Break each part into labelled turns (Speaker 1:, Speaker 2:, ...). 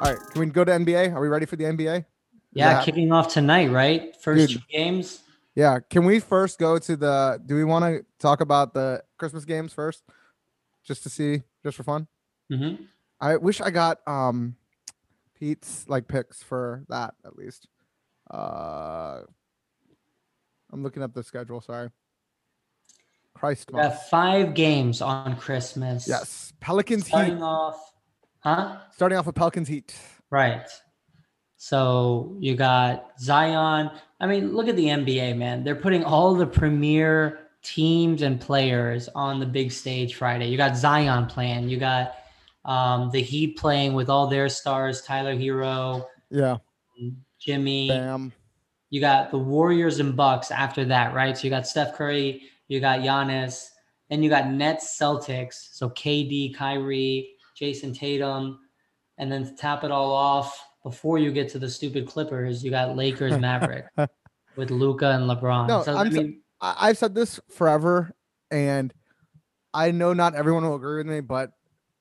Speaker 1: All right, can we go to NBA? Are we ready for the NBA?
Speaker 2: Yeah,
Speaker 1: Yeah.
Speaker 2: kicking off tonight, right? First
Speaker 1: Dude.
Speaker 2: two games.
Speaker 1: Yeah. Can we first go to the? Do we want to talk about the Christmas games first, just to see, just for fun?
Speaker 2: hmm
Speaker 1: Mm-hmm. I wish I got um Pete's like picks for that at least. Uh I'm looking up the schedule, sorry. Christ
Speaker 2: We got five games on Christmas.
Speaker 1: Yes. Pelicans
Speaker 2: Starting
Speaker 1: Heat.
Speaker 2: off, huh?
Speaker 1: Starting off with Pelicans Heat.
Speaker 2: Right. So you got Zion. I mean, look at the NBA, man. They're putting all the premier teams and players on the big stage Friday. You got Zion playing. You got um, the Heat playing with all their stars: Tyler Hero,
Speaker 1: Yeah.
Speaker 2: Jimmy.
Speaker 1: Bam.
Speaker 2: You got the Warriors and Bucks after that, right? So you got Steph Curry, you got Giannis, then you got Nets, Celtics. So KD, Kyrie, Jason Tatum, and then to top it all off, before you get to the stupid Clippers, you got Lakers, Maverick with Luca and LeBron.
Speaker 1: No,
Speaker 2: so,
Speaker 1: I'm so- I- I've said this forever, and I know not everyone will agree with me, but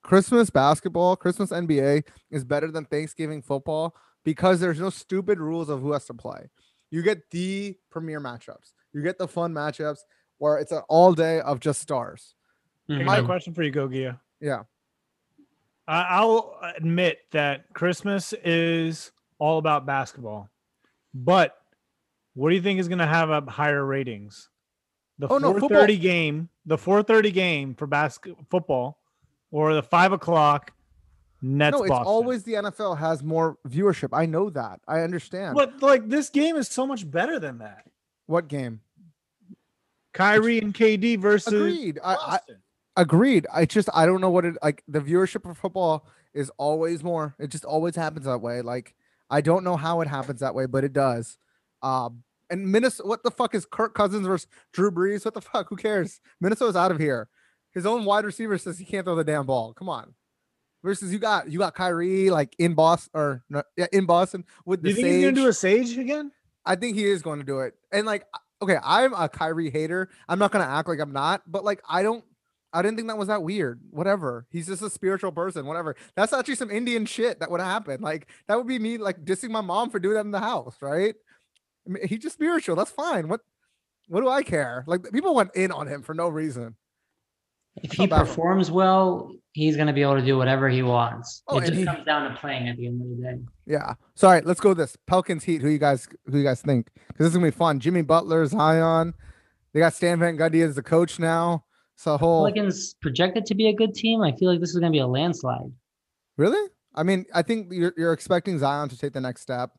Speaker 1: Christmas basketball, Christmas NBA is better than Thanksgiving football because there's no stupid rules of who has to play. You get the premier matchups, you get the fun matchups where it's an all day of just stars.
Speaker 3: I
Speaker 2: Mhm.
Speaker 3: got a question for you, Gogia.
Speaker 1: Yeah.
Speaker 3: I, I'll admit that Christmas is all about basketball, but what do you think is going to have up higher ratings? The
Speaker 1: Oh, no,
Speaker 3: four
Speaker 1: football-
Speaker 3: thirty game, the four thirty game for basketball football, or the five o'clock Nets.
Speaker 1: no, it's
Speaker 3: Boston?
Speaker 1: always the NFL has more viewership. I know that. I understand.
Speaker 3: But like this game is so much better than that.
Speaker 1: What game?
Speaker 3: Kyrie and KD versus
Speaker 1: Agreed. I, I,
Speaker 3: Boston.
Speaker 1: Agreed. I just I don't know what it like the viewership of football is always more. It just always happens that way. Like I don't know how it happens that way, but it does. Um and Minnesota what the fuck is Kirk Cousins versus Drew Brees? What the fuck? Who cares? Minnesota's out of here. His own wide receiver says he can't throw the damn ball. Come on. Versus you got you got Kyrie like in Boston or no, yeah, in Boston with
Speaker 3: Do
Speaker 1: the
Speaker 3: you think he's going to
Speaker 1: sage.
Speaker 3: do a Sage again?
Speaker 1: I think he is going to do it. And like, I- okay, I'm a Kyrie hater. I'm not going to act like I'm not, but like, I don't, I didn't think that was that weird. Whatever. He's just a spiritual person. Whatever. That's actually some Indian shit that would happen. Like, that would be me like dissing my mom for doing that in the house, right? I mean, he's just spiritual. That's fine. What, what do I care? Like, people went in on him for no reason.
Speaker 2: if
Speaker 1: how
Speaker 2: he
Speaker 1: about-
Speaker 2: performs well, he's going to be able to do whatever he wants.
Speaker 1: Oh,
Speaker 2: it
Speaker 1: and
Speaker 2: just
Speaker 1: he-
Speaker 2: comes down to playing at the end of the day.
Speaker 1: Yeah. So all right, let's go with this. Pelicans Heat. Who you guys who you guys think? Because this is gonna be fun. Jimmy Butler's high on. They got Stan Van Gundy as the coach now. So whole
Speaker 2: Pelicans projected to be a good team. I feel like this is going to be a landslide.
Speaker 1: Really? I mean, I think you're, you're expecting Zion to take the next step.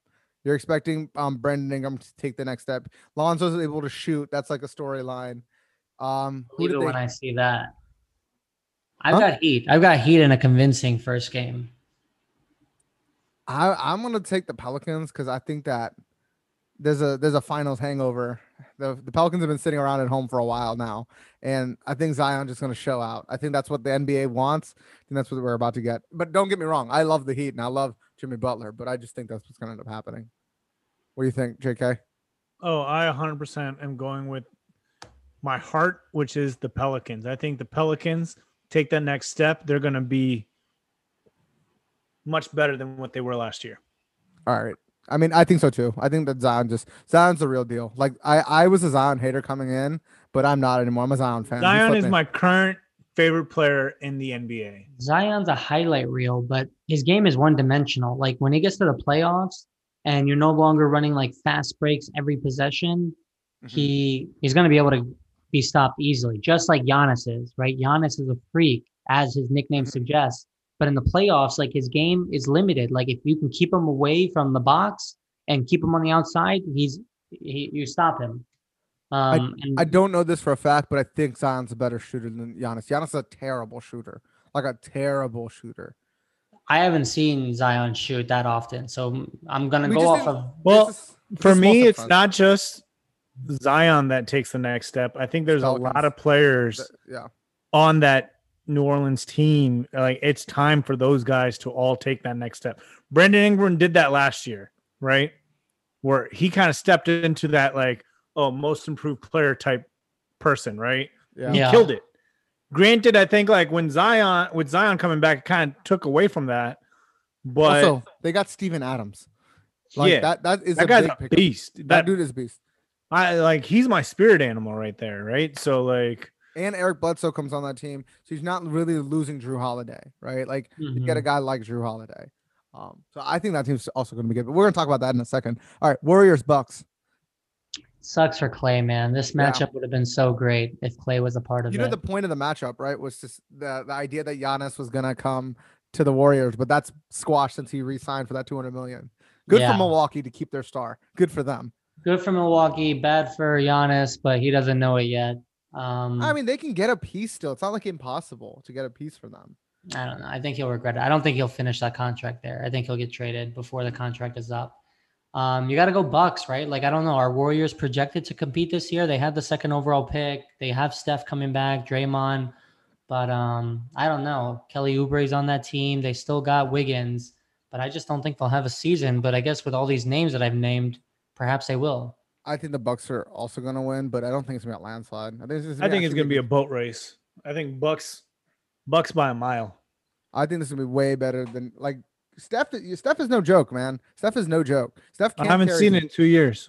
Speaker 1: You're expecting um, Brandon Ingram to take the next step. Lonzo's able to shoot. That's like a storyline. Um, who
Speaker 2: Believe
Speaker 1: did
Speaker 2: it
Speaker 1: they?
Speaker 2: when I see that. I've
Speaker 1: Huh?
Speaker 2: got heat. I've got heat in a convincing first game.
Speaker 1: I, I'm gonna take the Pelicans because I think that there's a there's a finals hangover. The the Pelicans have been sitting around at home for a while now, and I think Zion's just gonna show out. I think that's what the NBA wants, and that's what we're about to get. But don't get me wrong, I love the Heat and I love Jimmy Butler, but I just think that's what's gonna end up happening. What do you think, JK?
Speaker 3: Oh, I 100% am going with my heart, which is the Pelicans. I think the Pelicans take that next step. They're going to be much better than what they were last year.
Speaker 1: All right. I mean, I think so too. I think that Zion just Zion's the real deal. Like I, I was a Zion hater coming in, but I'm not anymore. I'm a Zion fan. He
Speaker 3: Zion
Speaker 1: flipped
Speaker 3: is
Speaker 1: me.
Speaker 3: my current favorite player in the NBA.
Speaker 2: Zion's a highlight reel, but his game is one dimensional. Like when he gets to the playoffs and you're no longer running like fast breaks every possession,
Speaker 1: Mhm.
Speaker 2: Mm-hmm. he he's going to be able to be stopped easily, just like Giannis is, right? Giannis is a freak, as his
Speaker 1: Mm-hmm.
Speaker 2: nickname suggests. But in the playoffs, like his game is limited. Like if you can keep him away from the box and keep him on the outside, he's he, you stop him. Um, and
Speaker 1: I don't know this for a fact, but I think Zion's a better shooter than Giannis. Giannis is a terrible shooter, like a terrible shooter.
Speaker 2: I haven't seen Zion shoot that often, so I'm gonna
Speaker 1: We
Speaker 2: go
Speaker 1: just
Speaker 2: off
Speaker 1: didn't-
Speaker 2: of
Speaker 3: Well,
Speaker 1: This is- this
Speaker 3: For
Speaker 1: is
Speaker 3: me,
Speaker 1: most
Speaker 3: it's
Speaker 1: impressive.
Speaker 3: not just Zion that takes the next step. I think there's a lot
Speaker 1: Pelicans.
Speaker 3: of players
Speaker 1: Th- Yeah,
Speaker 3: on that New Orleans team. Like it's time for those guys to all take that next step. Brandon Ingram did that last year, right? Where he kind of stepped into that like, oh, most improved player type person, right?
Speaker 1: yeah,
Speaker 3: He
Speaker 2: Yeah.
Speaker 3: killed it. Granted, I think like when Zion with Zion coming back, it kind of took away from that. But
Speaker 1: also, they got Steven Adams. Like
Speaker 3: Yeah.
Speaker 1: that that is
Speaker 3: that
Speaker 1: a
Speaker 3: guy's
Speaker 1: big
Speaker 3: a
Speaker 1: pickup.
Speaker 3: beast. That,
Speaker 1: That dude is beast.
Speaker 3: I like he's my spirit animal right there, right? So like
Speaker 1: And Eric Bledsoe comes on that team, so he's not really losing Drew Holiday, right? Like you get a
Speaker 3: Mm-hmm.
Speaker 2: Mhm.
Speaker 1: guy like Drew Holiday. Um, so I think that team's also going to be good. But we're going to talk about that in a second. All right, Warriors Bucks.
Speaker 2: Sucks for Clay, man. This
Speaker 1: Yeah.
Speaker 2: matchup would have been so great if Clay was a part of
Speaker 1: You know
Speaker 2: it.
Speaker 1: the point of the matchup, right? Was just the the idea that Giannis was going to come to the Warriors, but that's squashed since he re-signed for that two hundred million. Good
Speaker 2: Yeah.
Speaker 1: for Milwaukee to keep their star. Good for them.
Speaker 2: Good for Milwaukee, bad for Giannis, but he doesn't know it yet. Um,
Speaker 3: Mm-hmm.
Speaker 1: I mean, they can get a piece still. It's not like impossible to get a piece for them.
Speaker 2: I don't know. I think he'll regret it. I don't think he'll finish that contract there. I think he'll get traded before the contract is up. Um, you got to go Bucks, right? Like I don't know. Are Warriors projected to compete this year? They had the second overall pick. They have Steph coming back, Draymond, but um, I don't know. Kelly Oubre's on that team. They still got Wiggins, but I just don't think they'll have a season. But I guess with all these names that I've named, perhaps they will.
Speaker 1: I think the Bucks are also going to win, but I don't think it's going to be a landslide. I think it's,
Speaker 3: I think it's gonna be a
Speaker 1: good-
Speaker 3: boat race. I think Bucks Bucks by a mile.
Speaker 1: I think this is going to be way better than like Steph. Steph is no joke, man. Steph is no joke. Steph. Can't
Speaker 3: I haven't
Speaker 1: carry
Speaker 3: seen
Speaker 1: the-
Speaker 3: it in two years.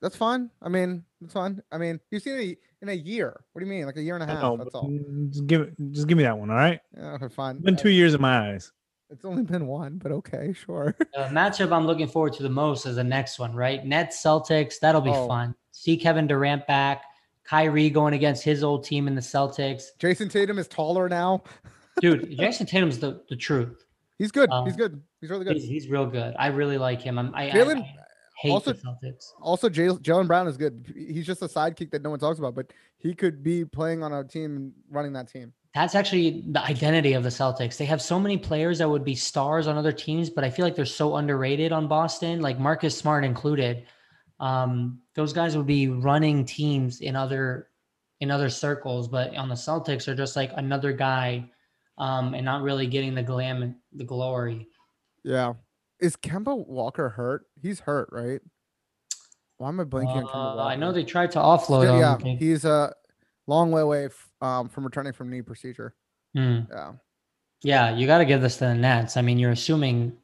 Speaker 1: That's fine. I mean, that's fine. I mean, you've seen it in a year. What do you mean? Like a year and a
Speaker 3: I
Speaker 1: half.
Speaker 3: know,
Speaker 1: Ah, that's
Speaker 3: but
Speaker 1: all.
Speaker 3: Just give it just give me that one, all right?
Speaker 1: Yeah, okay, fine.
Speaker 3: It's been
Speaker 1: Uh,
Speaker 3: two years in my eyes.
Speaker 1: It's only been one, but okay, sure.
Speaker 2: The matchup I'm looking forward to the most is the next one, right? Nets Celtics. That'll be
Speaker 1: Oh.
Speaker 2: fun. See Kevin Durant back. Kyrie going against his old team in the Celtics.
Speaker 1: Jason Tatum is taller now.
Speaker 2: Dude, Jason Tatum's the, the truth.
Speaker 1: He's good.
Speaker 2: Um,
Speaker 1: he's good. He's really
Speaker 2: He's,
Speaker 1: good.
Speaker 2: he's real good. I really like him. I'm, I, I-
Speaker 1: Jalen,
Speaker 2: I hate
Speaker 1: also-
Speaker 2: the Celtics.
Speaker 1: Also, Jay- Jalen Brown is good. He's just a sidekick that no one talks about, but he could be playing on a team and running that team.
Speaker 2: That's actually the identity of the Celtics. They have so many players that would be stars on other teams, but I feel like they're so underrated on Boston, like Marcus Smart included. Um, those guys would be running teams in other in other circles, but on the Celtics are just like another guy um, and not really getting the glam and the glory.
Speaker 1: Yeah. Is Kemba Walker hurt? He's hurt, right? Why am I blanking on Kemba
Speaker 2: Uh,
Speaker 1: Walker?
Speaker 2: I know they tried to offload
Speaker 1: Still-
Speaker 2: him.
Speaker 1: yeah,
Speaker 2: They-
Speaker 1: he's a long way away f- um, from returning from knee procedure.
Speaker 2: Hmm.
Speaker 1: Yeah.
Speaker 2: Yeah, you got to give this to the Nets. I mean, you're assuming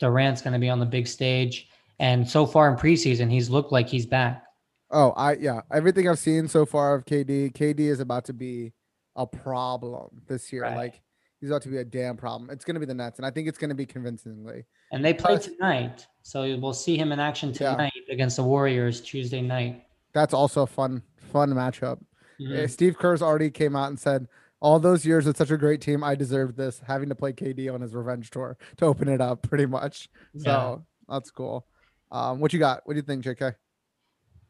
Speaker 2: Durant's going to be on the big stage, and so far in preseason, he's looked like he's back.
Speaker 1: Oh, I yeah. Everything I've seen so far of KD, KD is about to be a problem this year.
Speaker 2: Right.
Speaker 1: Like he's about to be a damn problem. It's gonna be the Nets, and I think it's gonna be convincingly.
Speaker 2: And they play
Speaker 1: Plus-
Speaker 2: tonight, so we'll see him in action
Speaker 1: Yeah.
Speaker 2: tonight against the Warriors Tuesday night.
Speaker 1: That's also a fun, fun matchup.
Speaker 2: Mhm.
Speaker 1: Eh, Steve Kerr's already came out and said, "All those years with such a great team, I deserved this." Having to play KD on his revenge tour to open it up, pretty much.
Speaker 2: Yeah.
Speaker 1: So that's cool. Um, what you got? What do you think, JK?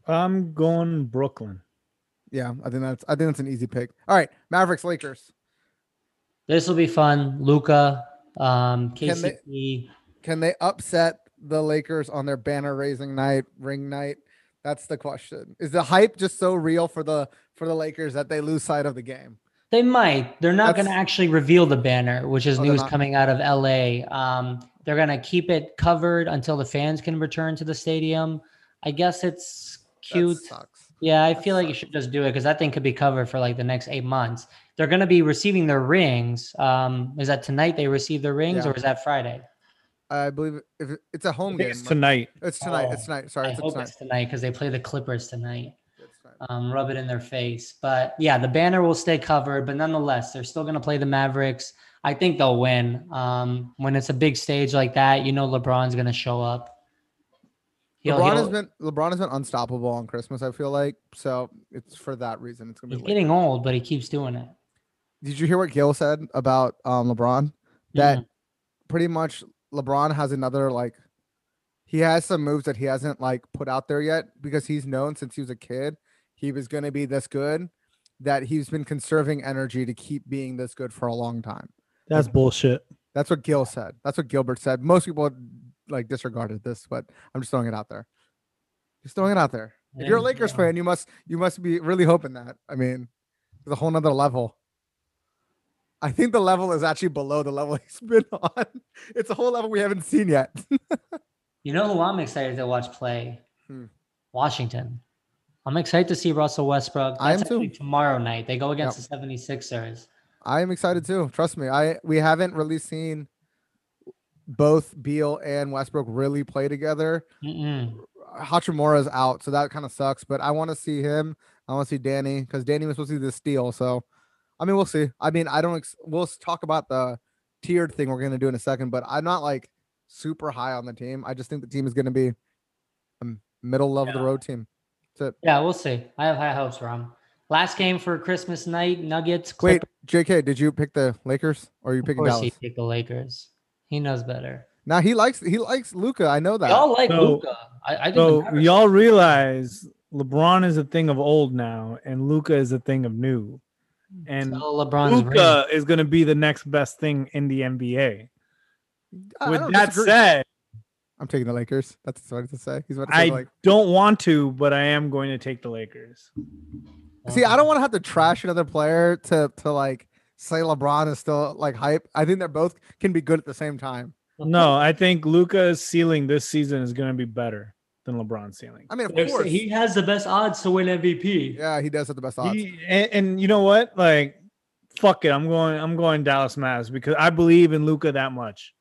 Speaker 3: I'm going Brooklyn.
Speaker 1: Yeah, I think that's I think that's an easy pick. All right, Mavericks Lakers.
Speaker 2: This will be fun. Luca, um,
Speaker 1: Can they-
Speaker 2: KCP.
Speaker 1: Can they upset the Lakers on their banner raising night, ring night? That's the question. Is the hype just so real for the for the Lakers that they lose sight of the game?
Speaker 2: They might. They're not going to
Speaker 1: That's-
Speaker 2: actually reveal the banner, which is
Speaker 1: Oh, they're
Speaker 2: news
Speaker 1: not.
Speaker 2: coming out of LA. Um, they're going to keep it covered until the fans can return to the stadium. I guess it's cute.
Speaker 1: That sucks.
Speaker 2: Yeah, I
Speaker 1: That
Speaker 2: feel like you
Speaker 1: sucks.
Speaker 2: should just do it because that thing could be covered for like the next eight months. They're going to be receiving their rings. Um, is that tonight they receive their rings
Speaker 1: Yeah.
Speaker 2: or is that Friday?
Speaker 1: I believe if it- it's a
Speaker 3: I
Speaker 1: home
Speaker 3: think
Speaker 1: game,
Speaker 3: it's
Speaker 1: right?
Speaker 3: tonight.
Speaker 1: It's tonight.
Speaker 2: Oh,
Speaker 1: It's tonight. Sorry,
Speaker 2: I
Speaker 1: it's
Speaker 2: hope
Speaker 1: tonight.
Speaker 2: it's tonight because they play the Clippers tonight.
Speaker 1: It's tonight.
Speaker 2: Um, rub it in their face. But yeah, the banner will stay covered. But nonetheless, they're still going to play the Mavericks. I think they'll win. Um, when it's a big stage like that, you know LeBron's going to show up. He'll-
Speaker 1: LeBron has
Speaker 2: he'll-
Speaker 1: been LeBron has been unstoppable on Christmas. I feel like so it's for that reason. It's gonna
Speaker 2: he's
Speaker 1: be. Late.
Speaker 2: getting old, but he keeps doing it.
Speaker 1: Did you hear what Gil said about um, LeBron? That
Speaker 2: Mhm.
Speaker 1: pretty much LeBron has another like he has some moves that he hasn't like put out there yet because he's known since he was a kid he was going to be this good that he's been conserving energy to keep being this good for a long time.
Speaker 3: That's bullshit.
Speaker 1: That's what Gil said. That's what Gilbert said. Most people like disregarded this, but I'm just throwing it out there. Just throwing it out there. If you're a
Speaker 2: Mm-hmm. Yeah.
Speaker 1: Lakers fan, you must you must be really hoping that. I mean, there's a whole nother level. I think the level is actually below the level he's been on. It's a whole level we haven't seen yet.
Speaker 2: You know who I'm excited to watch play?
Speaker 1: Hmm.
Speaker 2: Washington. I'm excited to see Russell Westbrook.
Speaker 1: I am
Speaker 2: That's actually
Speaker 1: too.
Speaker 2: tomorrow night. They go against the 76ers.
Speaker 1: I am excited too. Trust me. I we haven't really seen both Beal and Westbrook really play together.
Speaker 2: Mm-mm.
Speaker 1: Hachimura's out, so that kind of sucks. But I want to see him. I want to see Danny because Danny was supposed to be the steal. So, I mean, we'll see. I mean, I don't. Ex- we'll s- talk about the tiered thing we're gonna do in a second. But I'm not like super high on the team. I just think the team is gonna be a middle level of the road team.
Speaker 2: Yeah, we'll see. I have high hopes for him. Last game for Christmas night, Nuggets.
Speaker 1: Wait,
Speaker 2: Clippers.
Speaker 1: JK, did you pick the Lakers or are you
Speaker 2: of
Speaker 1: picking
Speaker 2: course he
Speaker 1: Dallas?
Speaker 2: picked the Lakers. He knows better.
Speaker 1: Now he likes he likes Luca. I know that.
Speaker 2: Y'all like
Speaker 3: So-
Speaker 2: Luca. I, I didn't.
Speaker 3: So
Speaker 2: embarrass
Speaker 3: y'all realize LeBron is a thing of old now, and Luca is a thing of new.
Speaker 2: him.
Speaker 1: Hmm.
Speaker 3: And
Speaker 2: Tell LeBron's ring.
Speaker 3: Luca is going to be the next best thing in the NBA.
Speaker 1: Oh, I- I
Speaker 3: With
Speaker 1: don't
Speaker 3: that
Speaker 1: disagree.
Speaker 3: said,
Speaker 1: I'm taking the Lakers. That's what I to say. He's about to say
Speaker 3: I
Speaker 1: like.
Speaker 3: don't want to, but I am going to take the Lakers.
Speaker 1: See,
Speaker 3: Uh-huh.
Speaker 1: I don't want to have to trash another player to to like say LeBron is still like hype. I think they're both can be good at the same time.
Speaker 3: No, I think Luca's ceiling this season is going to be better than LeBron's ceiling.
Speaker 1: I mean, of
Speaker 2: They say
Speaker 1: course.
Speaker 2: He has the best odds to win MVP.
Speaker 1: yeah, he does have the best odds.
Speaker 3: He- and, and you know what? Like, fuck it. I'm going. I'm going Dallas Mavs because I believe in Luca that much.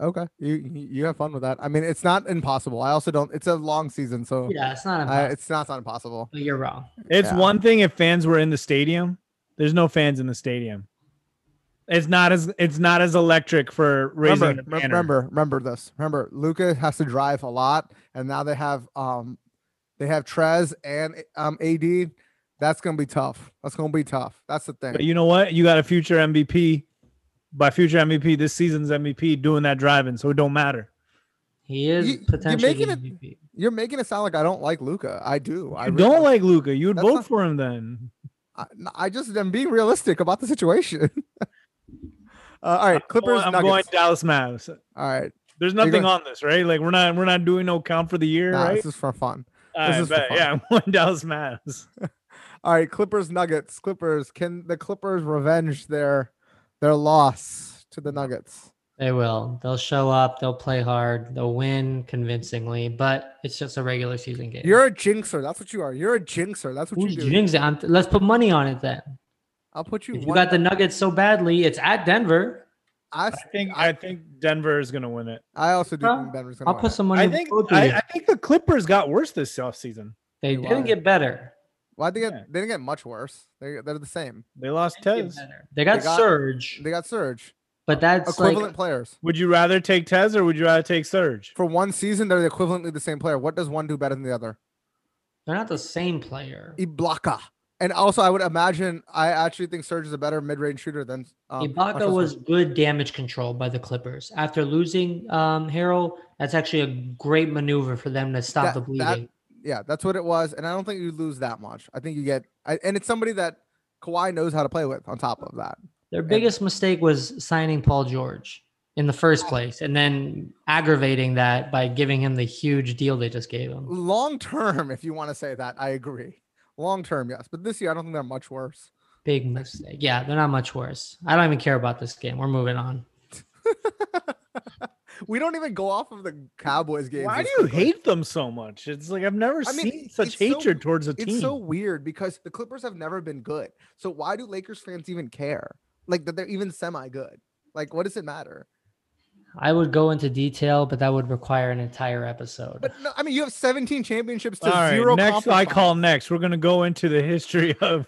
Speaker 1: okay, you you you have fun with that. I mean, it's not impossible. I also don't. It's a long season, so
Speaker 2: Yeah, it's not
Speaker 1: I,
Speaker 2: impossible.
Speaker 1: it's not, it's not impossible.
Speaker 2: but you're wrong.
Speaker 3: It's
Speaker 1: Yeah.
Speaker 3: one thing if fans were in the stadium. There's no fans in the stadium. It's not as it's not as electric for raising
Speaker 1: Remember,
Speaker 3: the
Speaker 1: rem-
Speaker 3: banner.
Speaker 1: remember, remember this. Remember, Luca has to drive a lot, and now they have um, they have Trez and um AD. That's gonna be tough. That's gonna be tough. That's the thing.
Speaker 3: But you know what? You got a future MVP. By future MVP, this season's MVP doing that driving, so it don't matter.
Speaker 2: He is
Speaker 1: You- you're
Speaker 2: potentially
Speaker 1: making it-
Speaker 2: MVP.
Speaker 1: You're making it sound like I don't like Luca. I do. I
Speaker 3: I
Speaker 1: really
Speaker 3: don't like Luca. You would
Speaker 1: That's
Speaker 3: vote
Speaker 1: not-
Speaker 3: for him then.
Speaker 1: I, n- I just am being realistic about the situation. uh, all right, Clippers.
Speaker 3: Oh, I'm going
Speaker 1: Nuggets.
Speaker 3: Dallas Mavs.
Speaker 1: All right,
Speaker 3: There's
Speaker 1: You're
Speaker 3: nothing
Speaker 1: go-
Speaker 3: on this, right? Like we're not we're not doing no count for the year,
Speaker 1: nah,
Speaker 3: right?
Speaker 1: this is for fun.
Speaker 3: I
Speaker 1: is for
Speaker 3: bet.
Speaker 1: fun.
Speaker 3: Yeah, I'm going Dallas Mavs.
Speaker 1: All right, Clippers. Nuggets. Clippers. Can the Clippers revenge their their loss to the Nuggets?
Speaker 2: They will. They'll show up. They'll play hard. They'll win convincingly. But it's just a regular season game.
Speaker 1: You're a jinxer. That's what you are. You're a jinxer. That's what
Speaker 2: Who's
Speaker 1: you do.
Speaker 2: jinxing? I'm- let's put money on it then.
Speaker 1: I'll put you.
Speaker 2: If you
Speaker 1: one-
Speaker 2: got the Nuggets so badly, it's at Denver.
Speaker 1: I,
Speaker 3: I
Speaker 1: s-
Speaker 3: think I think Denver is going to win it.
Speaker 1: I also do
Speaker 2: Huh?
Speaker 1: think Denver's gonna.
Speaker 2: I'll
Speaker 1: win
Speaker 2: put
Speaker 1: it.
Speaker 2: some money.
Speaker 3: I
Speaker 2: on
Speaker 3: think
Speaker 2: both of you.
Speaker 3: I, I think the Clippers got worse this offseason.
Speaker 2: they
Speaker 1: They
Speaker 2: didn't
Speaker 1: won.
Speaker 2: get better.
Speaker 1: Well, I think it,
Speaker 3: Yeah.
Speaker 1: they didn't get much worse. They they're the same.
Speaker 3: They lost
Speaker 2: They didn't
Speaker 3: Tez.
Speaker 2: get better. They got,
Speaker 1: They got-
Speaker 2: Surge,
Speaker 1: They got Surge.
Speaker 2: but that's
Speaker 1: Equivalent
Speaker 2: like
Speaker 1: players.
Speaker 3: Would you rather take Tez or would you rather take Serge?
Speaker 1: For one season, they're equivalently the same player. What does one do better than the other?
Speaker 2: they're not the same player.
Speaker 1: Ibaka. And also, I would imagine I actually think Serge is a better mid-range shooter than um,
Speaker 2: Ibaka
Speaker 1: Hutchinson.
Speaker 2: was good damage control by the Clippers. After losing um, Harrell, that's actually a great maneuver for them to
Speaker 1: That-
Speaker 2: stop the
Speaker 1: that-
Speaker 2: bleeding.
Speaker 1: Yeah, that's what it was. And I don't think you lose that much. I think you get, I, and it's somebody that Kawhi knows how to play with. On top of that,
Speaker 2: Their biggest mistake was signing Paul George in the first place and then aggravating that by giving him the huge deal they just gave him.
Speaker 1: long term, if you want to say that, I agree. Long term, yes. But this year, I don't think they're much worse.
Speaker 2: Big mistake. Yeah, they're not much worse. I don't even care about this game. We're moving on.
Speaker 1: we don't even go off of the Cowboys games.
Speaker 3: Why
Speaker 1: this
Speaker 3: do you
Speaker 1: quickly.
Speaker 3: hate them so much? It's like I've never
Speaker 1: I mean,
Speaker 3: seen
Speaker 1: it's
Speaker 3: such
Speaker 1: so-
Speaker 3: hatred towards a team.
Speaker 1: It's so weird because the Clippers have never been good. So why do Lakers fans even care? Like that they're even semi good. Like what does it matter?
Speaker 2: I would go into detail, but that would require an entire episode.
Speaker 1: But no, I mean you have 17 championships
Speaker 3: All
Speaker 1: to
Speaker 3: right,
Speaker 1: zero.
Speaker 3: next
Speaker 1: conference
Speaker 3: I call
Speaker 1: finals.
Speaker 3: next. We're going to go into the history of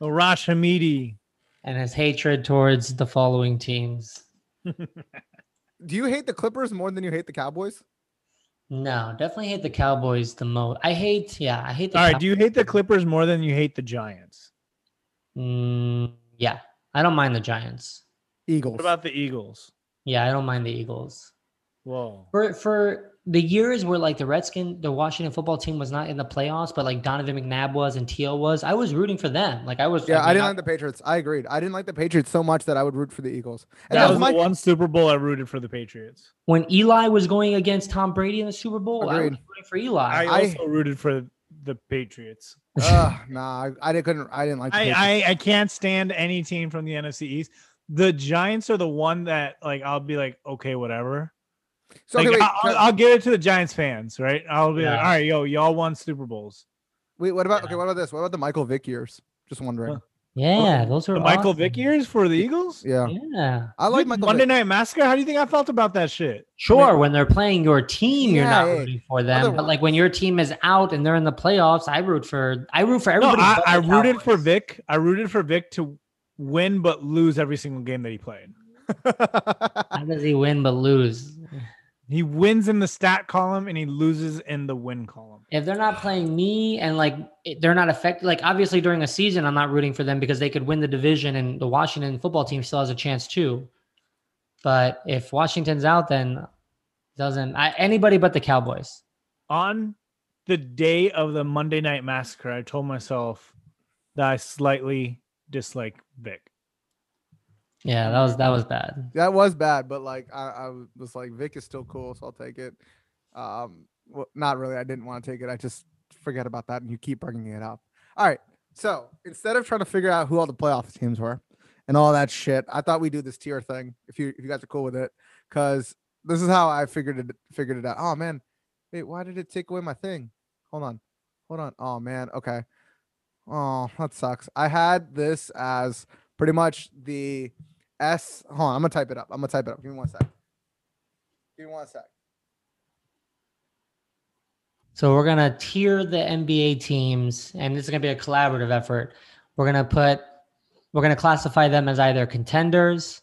Speaker 3: Arash Hamidi.
Speaker 2: and his hatred towards the following teams.
Speaker 1: Do you hate the Clippers more than you hate the Cowboys?
Speaker 2: No, definitely hate the Cowboys the most. I hate, yeah, I hate the
Speaker 3: All right,
Speaker 2: Cow-
Speaker 3: do you hate the Clippers more than you hate the Giants?
Speaker 2: Mm, yeah, I don't mind the Giants.
Speaker 1: Eagles.
Speaker 3: What about the Eagles?
Speaker 2: Yeah, I don't mind the Eagles.
Speaker 3: Whoa.
Speaker 2: For for the years where like the Redskin, the Washington football team was not in the playoffs, but like Donovan McNabb was and Teal was, I was rooting for them. Like I was.
Speaker 1: yeah, I didn't like
Speaker 2: mean,
Speaker 1: the Patriots. I agreed. I didn't like the Patriots so much that I would root for the Eagles. And
Speaker 3: That
Speaker 1: that
Speaker 3: was
Speaker 1: my
Speaker 3: the one Super Bowl I rooted for the Patriots.
Speaker 2: when Eli was going against Tom Brady in the Super Bowl, I was
Speaker 1: Agreed.
Speaker 2: rooting for Eli.
Speaker 3: I
Speaker 1: I-
Speaker 3: also rooted for the Patriots.
Speaker 1: Ugh, nah, I, I didn't couldn't I didn't like the Patriots.
Speaker 3: I, I I can't stand any team from the NFC East. The Giants are the one that like I'll be like okay whatever.
Speaker 1: so
Speaker 3: like
Speaker 1: okay, wait,
Speaker 3: I,
Speaker 1: can
Speaker 3: will
Speaker 1: I-
Speaker 3: I'll give it to the Giants fans, right? I'll be
Speaker 2: Yeah.
Speaker 3: like all right, yo, y'all won Super Bowls.
Speaker 1: wait, what about
Speaker 2: yeah.
Speaker 1: okay, what about this? What about the Michael Vick years? Just wondering.
Speaker 3: Huh.
Speaker 2: Yeah, those are
Speaker 3: The Michael
Speaker 2: awesome.
Speaker 3: Vick years for the Eagles.
Speaker 1: Yeah,
Speaker 2: Yeah,
Speaker 1: I like
Speaker 3: Dude,
Speaker 1: Michael.
Speaker 3: Monday
Speaker 1: Vick.
Speaker 3: Night Massacre. How do you think I felt about that shit?
Speaker 2: sure. When they're playing your team, you're
Speaker 1: Yeah,
Speaker 2: not
Speaker 1: yeah.
Speaker 2: rooting for them.
Speaker 1: Otherwise-
Speaker 2: But like when your team is out and they're in the playoffs, I root for I root for
Speaker 3: No,
Speaker 2: everybody.
Speaker 3: I,
Speaker 2: but
Speaker 3: I
Speaker 2: the
Speaker 3: rooted for
Speaker 2: Cowboys.
Speaker 3: Vic. I rooted for Vic to win but lose every single game that he played.
Speaker 2: How does he win but lose?
Speaker 3: He wins in the stat column and he loses in the win column.
Speaker 2: If they're not playing me and like it- they're not affected, like obviously during a season, I'm not rooting for them because they could win the division and the Washington football team still has a chance too. But if Washington's out, then doesn't I, anybody but the Cowboys.
Speaker 3: On the day of the Monday Night Massacre, I told myself that I slightly dislike Vic.
Speaker 2: Yeah, that was that was bad.
Speaker 1: that was bad, but like I, I was like Vic is still cool, so I'll take it. Um, well, not really. I didn't want to take it. I just forget about that, and you keep bringing it up. All right. So instead of trying to figure out who all the playoff teams were and all that shit, I thought we'd do this tier thing. If you if you guys are cool with it, because this is how I figured it figured it out. Oh man, wait, why did it take away my thing? Hold on, hold on. Oh man, okay. Oh, that sucks. I had this as pretty much the S. Hold on, I'm gonna type it up. I'm gonna type it up. Give me one sec. Give me one sec.
Speaker 2: So we're gonna tier the NBA teams, and it's gonna be a collaborative effort. We're gonna put, we're gonna classify them as either contenders,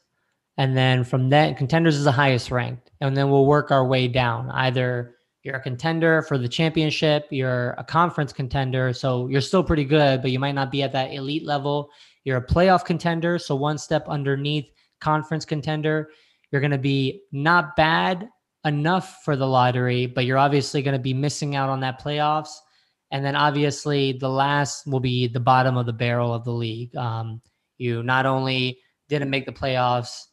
Speaker 2: and then from that, contenders is the highest ranked, and then we'll work our way down. Either you're a contender for the championship, you're a conference contender, so you're still pretty good, but you might not be at that elite level. You're a playoff contender, so one step underneath conference contender. You're gonna be not bad, enough for the lottery, but you're obviously going to be missing out on that playoffs. And then obviously the last will be the bottom of the barrel of the league. Um, you not only didn't make the playoffs,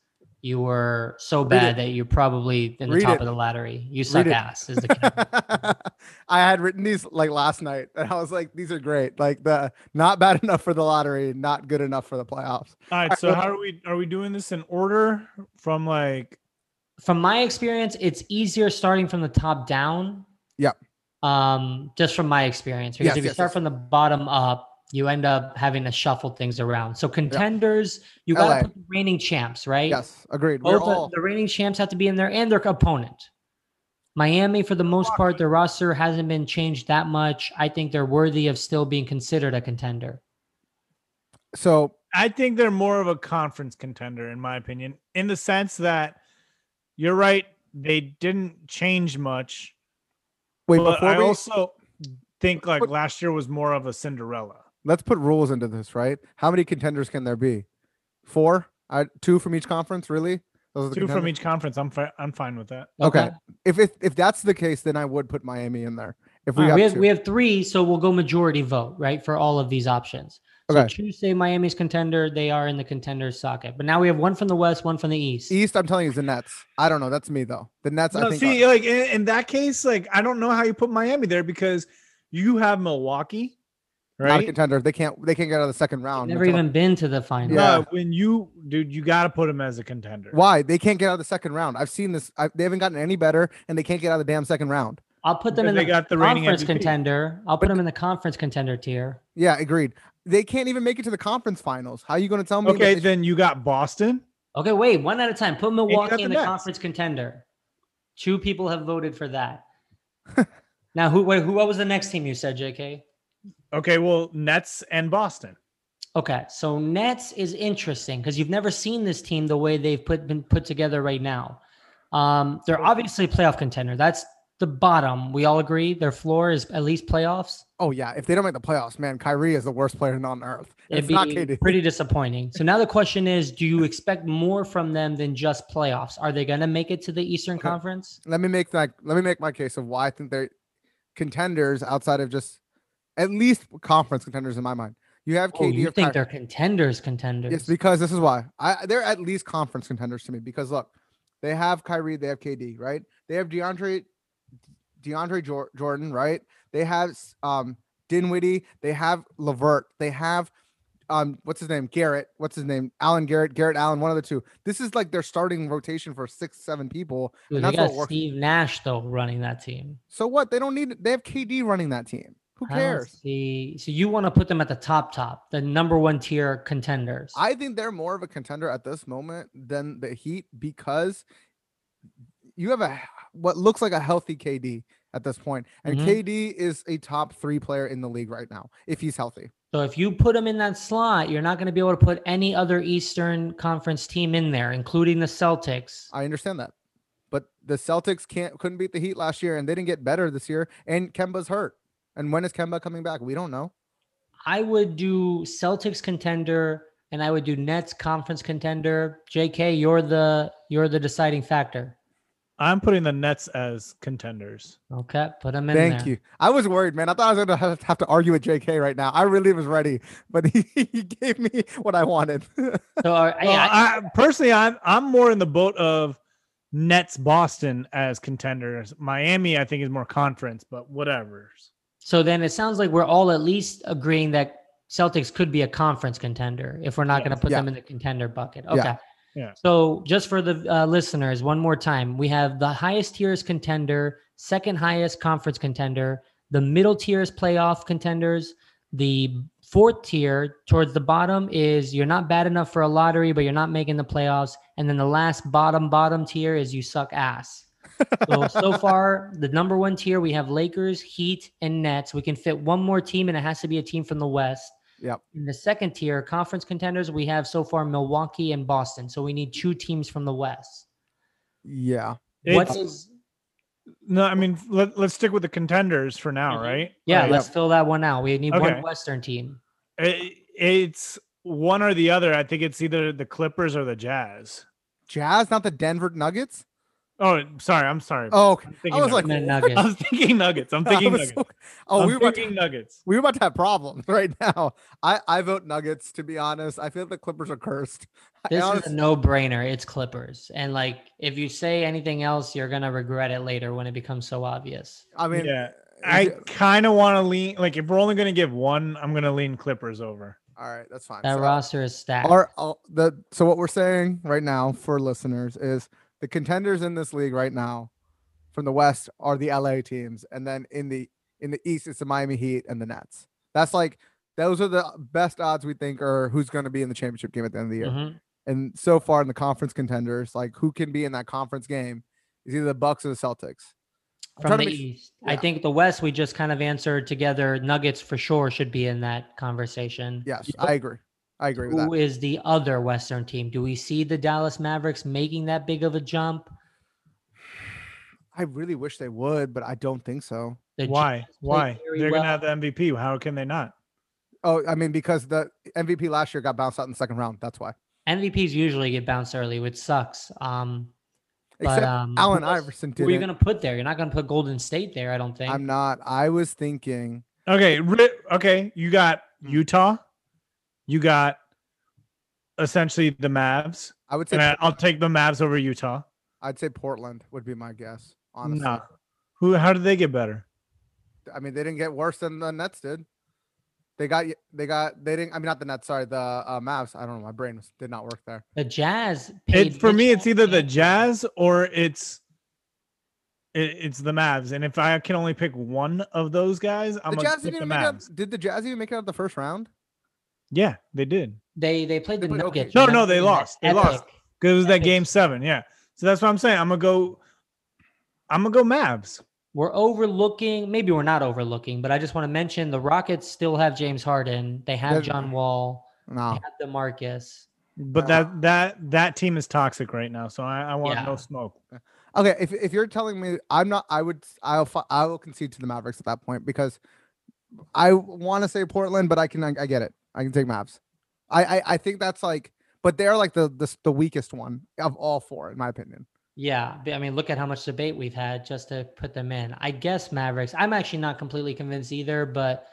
Speaker 2: you were so bad
Speaker 1: it.
Speaker 2: that you're probably in the
Speaker 1: Read
Speaker 2: top
Speaker 1: it.
Speaker 2: of the lottery. You suck
Speaker 1: it.
Speaker 2: ass. Is the
Speaker 1: I had written these like last night, and I was like, "These are great." Like the not bad enough for the lottery, not good enough for the playoffs.
Speaker 3: All right,
Speaker 1: right,
Speaker 3: so
Speaker 1: well-
Speaker 3: how are we are we doing this in order from like
Speaker 2: from my experience, it's easier starting from the top down.
Speaker 1: Yeah.
Speaker 2: Um, just from my experience, because
Speaker 1: Yes,
Speaker 2: if you
Speaker 1: yes,
Speaker 2: start
Speaker 1: yes.
Speaker 2: from the bottom up, you end up having to shuffle things around. So contenders, you
Speaker 1: LA.
Speaker 2: got to put the reigning champs, right?
Speaker 1: Yes, agreed. We're
Speaker 2: Both the-
Speaker 1: all
Speaker 2: the reigning champs have to be in there and their opponent. Miami, for the most part, their roster hasn't been changed that much. I think they're worthy of still being considered a contender.
Speaker 1: so
Speaker 3: I think they're more of a conference contender, in my opinion, in the sense that you're right, they didn't change much.
Speaker 1: wait
Speaker 3: but
Speaker 1: before
Speaker 3: I
Speaker 1: we
Speaker 3: also think like
Speaker 1: But-
Speaker 3: last year was more of a Cinderella.
Speaker 1: let's put rules into this, right? How many contenders can there be? Four, I, two from each conference, really? Those are the
Speaker 3: Two from
Speaker 1: contenders?
Speaker 3: each conference. I'm fi- I'm fine with that.
Speaker 1: Okay. If, if if that's the case, then I would put Miami in there. If we
Speaker 2: All
Speaker 1: got
Speaker 2: right, Uh, we have
Speaker 1: two.
Speaker 2: we have three, so we'll go majority vote, right, for all of these options. So
Speaker 1: Okay.
Speaker 2: choose say Miami's contender, they are in the contender's socket. But now we have one from the west, one from the east.
Speaker 1: East, I'm telling you, is the Nets. I don't know. That's me though. The Nets, I
Speaker 3: No,
Speaker 1: think.
Speaker 3: see,
Speaker 1: are-
Speaker 3: like in, in that case, like I don't know how you put Miami there because you have Milwaukee,
Speaker 1: Not a
Speaker 3: right?
Speaker 1: contender. They can't. They can't get out of the second
Speaker 2: I've
Speaker 1: round.
Speaker 2: never
Speaker 1: until-
Speaker 2: even been to the final.
Speaker 1: Yeah.
Speaker 3: No, when you dude, you got to put him as a contender.
Speaker 1: Why they can't get out of the second round? I've seen this. I, they haven't gotten any better, and they can't get out of the damn second round.
Speaker 2: I'll put them
Speaker 3: Because
Speaker 2: in
Speaker 3: they
Speaker 2: the
Speaker 3: got the reigning
Speaker 2: conference
Speaker 3: MVP.
Speaker 2: contender. I'll
Speaker 1: But-
Speaker 2: put them in the conference contender tier.
Speaker 1: Yeah, agreed. They can't even make it to the conference finals. How you going to tell me? that
Speaker 3: Okay,
Speaker 1: they-
Speaker 3: then you got Boston.
Speaker 2: Okay, wait, one at a time. Put
Speaker 3: you got
Speaker 2: Milwaukee in the
Speaker 3: the Nets.
Speaker 2: conference contender. Two people have voted for that. now who wait, who what was the next team you said, JK?
Speaker 3: Okay, well, Nets and Boston.
Speaker 2: Okay, so Nets is interesting because you've never seen this team the way they've put been put together right now. Um, they're obviously a playoff contender. That's the bottom. We all agree their floor is at least playoffs.
Speaker 1: oh yeah, if they don't make the playoffs, man, Kyrie is the worst player on earth. And
Speaker 2: It'd
Speaker 1: It's not
Speaker 2: be
Speaker 1: KD.
Speaker 2: pretty disappointing. So now the question is, do you expect more from them than just playoffs? Are they going to make it to the Eastern
Speaker 1: Okay.
Speaker 2: Conference?
Speaker 1: Let me make that. Let me make my case of why I think they're contenders outside of just at least conference contenders in my mind. You have
Speaker 2: Oh,
Speaker 1: KD.
Speaker 2: you
Speaker 1: or
Speaker 2: think
Speaker 1: Kyrie.
Speaker 2: they're contenders? Contenders?
Speaker 1: It's because this is why I they're at least conference contenders to me. Because look, they have Kyrie, they have KD, right? They have DeAndre, DeAndre Jor- Jordan, right? They have um Dinwiddie, they have Levert, they have um what's his name Garrett, what's his name Allen Garrett, Garrett Allen, one of the two. This is like their starting rotation for six, seven people.
Speaker 2: Dude,
Speaker 1: and
Speaker 2: they
Speaker 1: that's what
Speaker 2: got
Speaker 1: works.
Speaker 2: Steve Nash though running that team.
Speaker 1: So what? They don't need. They have KD running that team. Who Who
Speaker 2: I don't
Speaker 1: cares?
Speaker 2: see- So you want to put them at the top, top, the number one tier contenders.
Speaker 1: I think they're more of a contender at this moment than the Heat because you have a what looks like a healthy KD at this point, and
Speaker 2: Mhm.
Speaker 1: KD is a top three player in the league right now if he's healthy.
Speaker 2: so if you put them in that slot, you're not going to be able to put any other Eastern Conference team in there, including the Celtics.
Speaker 1: I understand that, but the Celtics can't couldn't beat the Heat last year, and they didn't get better this year. And Kemba's hurt, and when is Kemba coming back? We don't know.
Speaker 2: I would do Celtics contender, and I would do Nets conference contender. JK, you're the you're the deciding factor.
Speaker 3: I'm putting the Nets as contenders.
Speaker 2: Okay, put them in
Speaker 1: Thank
Speaker 2: there.
Speaker 1: you. I was worried, man. I thought I was gonna have- have to argue with JK right now. I really was ready, but he, he gave me what I wanted.
Speaker 2: So are,
Speaker 3: Well,
Speaker 2: yeah,
Speaker 3: Uh, I, personally, I'm I'm more in the boat of Nets Boston as contenders. Miami, I think, is more conference, but whatever.
Speaker 2: so then it sounds like we're all at least agreeing that Celtics could be a conference contender if we're not going to
Speaker 3: Yes.
Speaker 2: put
Speaker 1: Yeah.
Speaker 2: them in the contender bucket.
Speaker 1: Yeah.
Speaker 2: Okay.
Speaker 3: Yeah.
Speaker 2: So just for the uh, listeners, one more time, we have the highest tier is contender, second highest conference contender, the middle tier is playoff contenders, the fourth tier towards the bottom is you're not bad enough for a lottery, but you're not making the playoffs, and then the last bottom bottom tier is you suck ass. so, so far, the number one tier we have Lakers, Heat, and Nets. We can fit one more team, and it has to be a team from the West.
Speaker 1: Yep.
Speaker 2: In the second tier, conference contenders, we have so far Milwaukee and Boston. So we need two teams from the West.
Speaker 1: yeah,
Speaker 2: What
Speaker 1: Oh,
Speaker 3: It's-
Speaker 2: is
Speaker 3: No, I mean let, let's stick with the contenders for now,
Speaker 2: Mhm.
Speaker 3: right?
Speaker 2: yeah?
Speaker 3: Like,
Speaker 2: let's fill that one out. We need
Speaker 3: Okay.
Speaker 2: one Western team.
Speaker 3: it- it's one or the other. I think it's either the Clippers or the Jazz.
Speaker 1: Jazz, not the Denver Nuggets.
Speaker 3: Oh, sorry, I'm sorry.
Speaker 1: Oh, okay.
Speaker 3: I'm
Speaker 1: I was like,
Speaker 2: And then
Speaker 1: what?
Speaker 2: Nuggets.
Speaker 3: I was thinking Nuggets. I'm thinking
Speaker 1: I was
Speaker 3: Nuggets.
Speaker 1: so- oh,
Speaker 3: I'm
Speaker 1: we were about to-
Speaker 3: thinking Nuggets.
Speaker 1: we were about to have problems right now. I I vote Nuggets to be honest. I feel like the Clippers are cursed. I
Speaker 2: This is
Speaker 1: honest-
Speaker 2: a no-brainer. It's Clippers, and like if you say anything else, you're gonna regret it later when it becomes so obvious.
Speaker 1: I mean,
Speaker 3: yeah, I
Speaker 1: I,
Speaker 3: kind of want to lean. Like, if we're only going to give one, I'm going to lean Clippers over.
Speaker 1: all right, that's fine.
Speaker 2: That
Speaker 1: So,
Speaker 2: roster is stacked.
Speaker 1: our- all- the so what we're saying right now for listeners is the contenders in this league right now from the West are the LA teams, and then in the in the East it's the Miami Heat and the Nets. That's like those are the best odds we think are who's going to be in the championship game at the end of the year.
Speaker 2: Mhm.
Speaker 1: and so far in the conference contenders, like who can be in that conference game is either the Bucks or the Celtics. I'm
Speaker 2: from
Speaker 1: trying
Speaker 2: the
Speaker 1: to make-
Speaker 2: East. I
Speaker 1: yeah.
Speaker 2: think the West we just kind of answered together. Nuggets for sure should be in that conversation.
Speaker 1: yes,
Speaker 2: You
Speaker 1: I agree. I agree with
Speaker 2: Who
Speaker 1: that.
Speaker 2: is the other Western team? Do we see the Dallas Mavericks making that big of a jump?
Speaker 1: I really wish they would, but I don't think so.
Speaker 2: The
Speaker 3: Why? Why?
Speaker 2: very
Speaker 3: They're
Speaker 2: well.
Speaker 3: going to have the MVP. How can they not?
Speaker 1: Oh, I mean, because the MVP last year got bounced out in the second round. That's why.
Speaker 2: MVPs usually get bounced early, which sucks. Um, but
Speaker 1: Except
Speaker 2: um,
Speaker 1: Allen
Speaker 2: who else-
Speaker 1: Iverson
Speaker 2: Who are you
Speaker 1: did.
Speaker 2: going
Speaker 1: not
Speaker 2: to put there? You're not going to put Golden State there, I don't think.
Speaker 1: I'm not. I was thinking.
Speaker 3: Okay. Ri okay. You got
Speaker 1: Hmm.
Speaker 3: Utah. You got essentially the Mavs.
Speaker 1: I would say.
Speaker 3: And I, I'll take the Mavs over Utah.
Speaker 1: I'd say Portland would be my guess. Honestly,
Speaker 3: Nah. Who? How did they get better?
Speaker 1: I mean, they didn't get worse than the Nets did. They got. They got. They didn't. I mean, not the Nets. Sorry, the uh, Mavs. I don't know. My brain was, did not work there.
Speaker 2: the Jazz.
Speaker 3: It
Speaker 2: paid
Speaker 3: for me,
Speaker 2: Mitchell
Speaker 3: it's either the
Speaker 2: and-
Speaker 3: Jazz or it's it, it's the Mavs. And if I can only pick one of those guys, I'm
Speaker 1: the
Speaker 3: going
Speaker 1: Jazz
Speaker 3: to pick
Speaker 1: didn't
Speaker 3: the
Speaker 1: even make it. Out,
Speaker 3: Mavs.
Speaker 1: did the Jazz even make it out of the first round?
Speaker 3: Yeah, they did.
Speaker 2: They they played
Speaker 1: They
Speaker 2: the
Speaker 1: played okay.
Speaker 2: Nuggets.
Speaker 3: No,
Speaker 2: remember?
Speaker 3: no, they
Speaker 2: In that
Speaker 3: lost. They lost.
Speaker 2: epic-
Speaker 3: Because it was that
Speaker 2: Epic.
Speaker 3: game seven. Yeah. So that's what I'm saying. I'm gonna go. I'm gonna go Mavs.
Speaker 2: we're overlooking maybe we're not overlooking but i just want to mention the rockets still have james harden they have
Speaker 1: There's-
Speaker 2: john wall they
Speaker 1: No.
Speaker 2: have demarcus
Speaker 3: But
Speaker 1: Yeah.
Speaker 3: that that that team is toxic right now. So I, I want
Speaker 2: Yeah.
Speaker 3: no smoke.
Speaker 1: Okay, if, if you're telling me I'm not, I would, I'll, fi- I will concede to the Mavericks at that point because I want to say Portland, but I can, I, get it. I can take Mavs. I, I, I think that's like, but they're like the, the the weakest one of all four, in my opinion.
Speaker 2: yeah but, i mean look at how much debate we've had just to put them in i guess mavericks i'm actually not completely convinced either but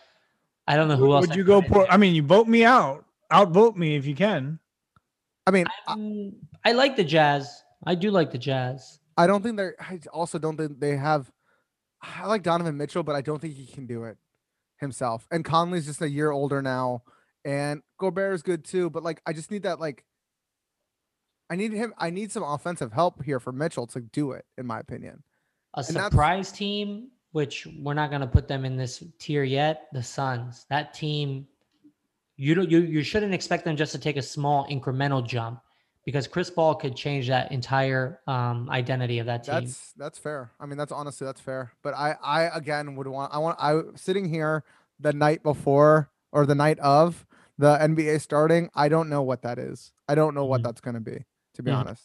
Speaker 2: i don't know who else
Speaker 3: Would
Speaker 2: I'd
Speaker 3: you go?
Speaker 2: put in
Speaker 3: Por-
Speaker 2: there.
Speaker 3: I mean, you vote me out. Outvote me if you can.
Speaker 1: I mean, I,
Speaker 2: Mm, i like the jazz i do like the jazz
Speaker 1: I don't think they're. I also don't think they have. I like Donovan Mitchell, but I don't think he can do it himself. And Conley's just a year older now, and Gobert is good too. But like, I just need that like. I need him. I need some offensive help here for Mitchell to do it, in my opinion.
Speaker 2: a
Speaker 1: that's-
Speaker 2: surprise team which we're not going to put them in this tier yet, the Suns. That team, you don't you you shouldn't expect them just to take a small incremental jump because Chris Ball could change that entire um, identity of that team.
Speaker 1: That's that's fair. I mean, that's honestly that's fair. But I I again would want I want I sitting here the night before or the night of the NBA starting. I don't know what that is. I don't know what
Speaker 2: Mhm.
Speaker 1: that's going to be. To be
Speaker 2: Mhm.
Speaker 1: honest,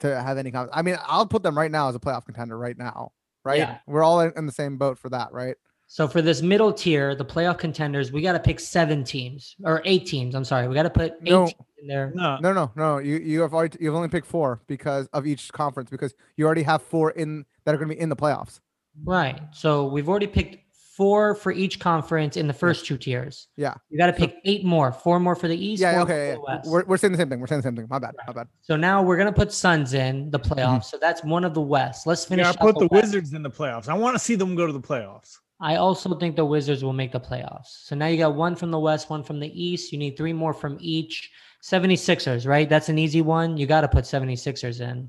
Speaker 1: to have any comment. I mean, I'll put them right now as a playoff contender right now. Right,
Speaker 2: Yeah.
Speaker 1: we're all in in the same boat for that, right?
Speaker 2: So for this middle tier, the playoff contenders, we got to pick seven teams or eight teams. I'm sorry, we got to put eight
Speaker 1: No.
Speaker 2: teams in there.
Speaker 3: No,
Speaker 1: No, no, no. You you have already you've only picked four because of each conference because you already have four in that are going to be in the playoffs.
Speaker 2: Right. So we've already picked four for each conference in the first two tiers.
Speaker 1: Yeah.
Speaker 2: You got to
Speaker 1: So-
Speaker 2: pick eight more, four more for the East.
Speaker 1: yeah,
Speaker 2: four
Speaker 1: okay. yeah,
Speaker 2: For the
Speaker 1: yeah.
Speaker 2: West.
Speaker 1: We're, we're saying the same thing. We're saying the same thing. My bad. My bad.
Speaker 2: so now we're gonna put Suns in the playoffs. So that's one of the West. Let's finish.
Speaker 3: Mm-hmm. yeah, I
Speaker 2: up
Speaker 3: put the
Speaker 2: West.
Speaker 3: Wizards in the playoffs. I want to see them go to the playoffs.
Speaker 2: I also think the Wizards will make the playoffs. So now you got one from the West, one from the East. You need three more from each. 76ers, right? That's an easy one. You got to put 76ers in.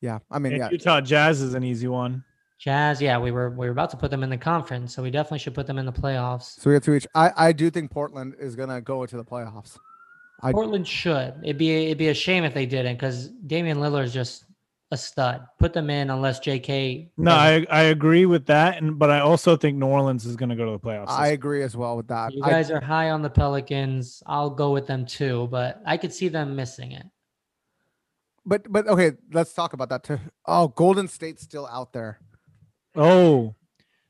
Speaker 1: Yeah, I mean,
Speaker 3: And
Speaker 1: yeah,
Speaker 3: Utah Jazz is an easy one.
Speaker 2: Jazz, yeah, we were we were about to put them in the conference, so we definitely should put them in the playoffs.
Speaker 1: So we have to each. I, I do think Portland is gonna go into the playoffs. I-
Speaker 2: Portland should. It'd be it'd be a shame if they didn't, because Damian Lillard is just a stud. Put them in unless J.K.
Speaker 3: No,
Speaker 2: doesn't.
Speaker 3: I, I agree with that, and but I also think New Orleans is going to go to the playoffs.
Speaker 1: I agree as well with that.
Speaker 2: you
Speaker 1: I,
Speaker 2: guys are high on the Pelicans. I'll go with them too, but I could see them missing it.
Speaker 1: but but okay, let's talk about that too. Oh, Golden State's still out there.
Speaker 3: oh,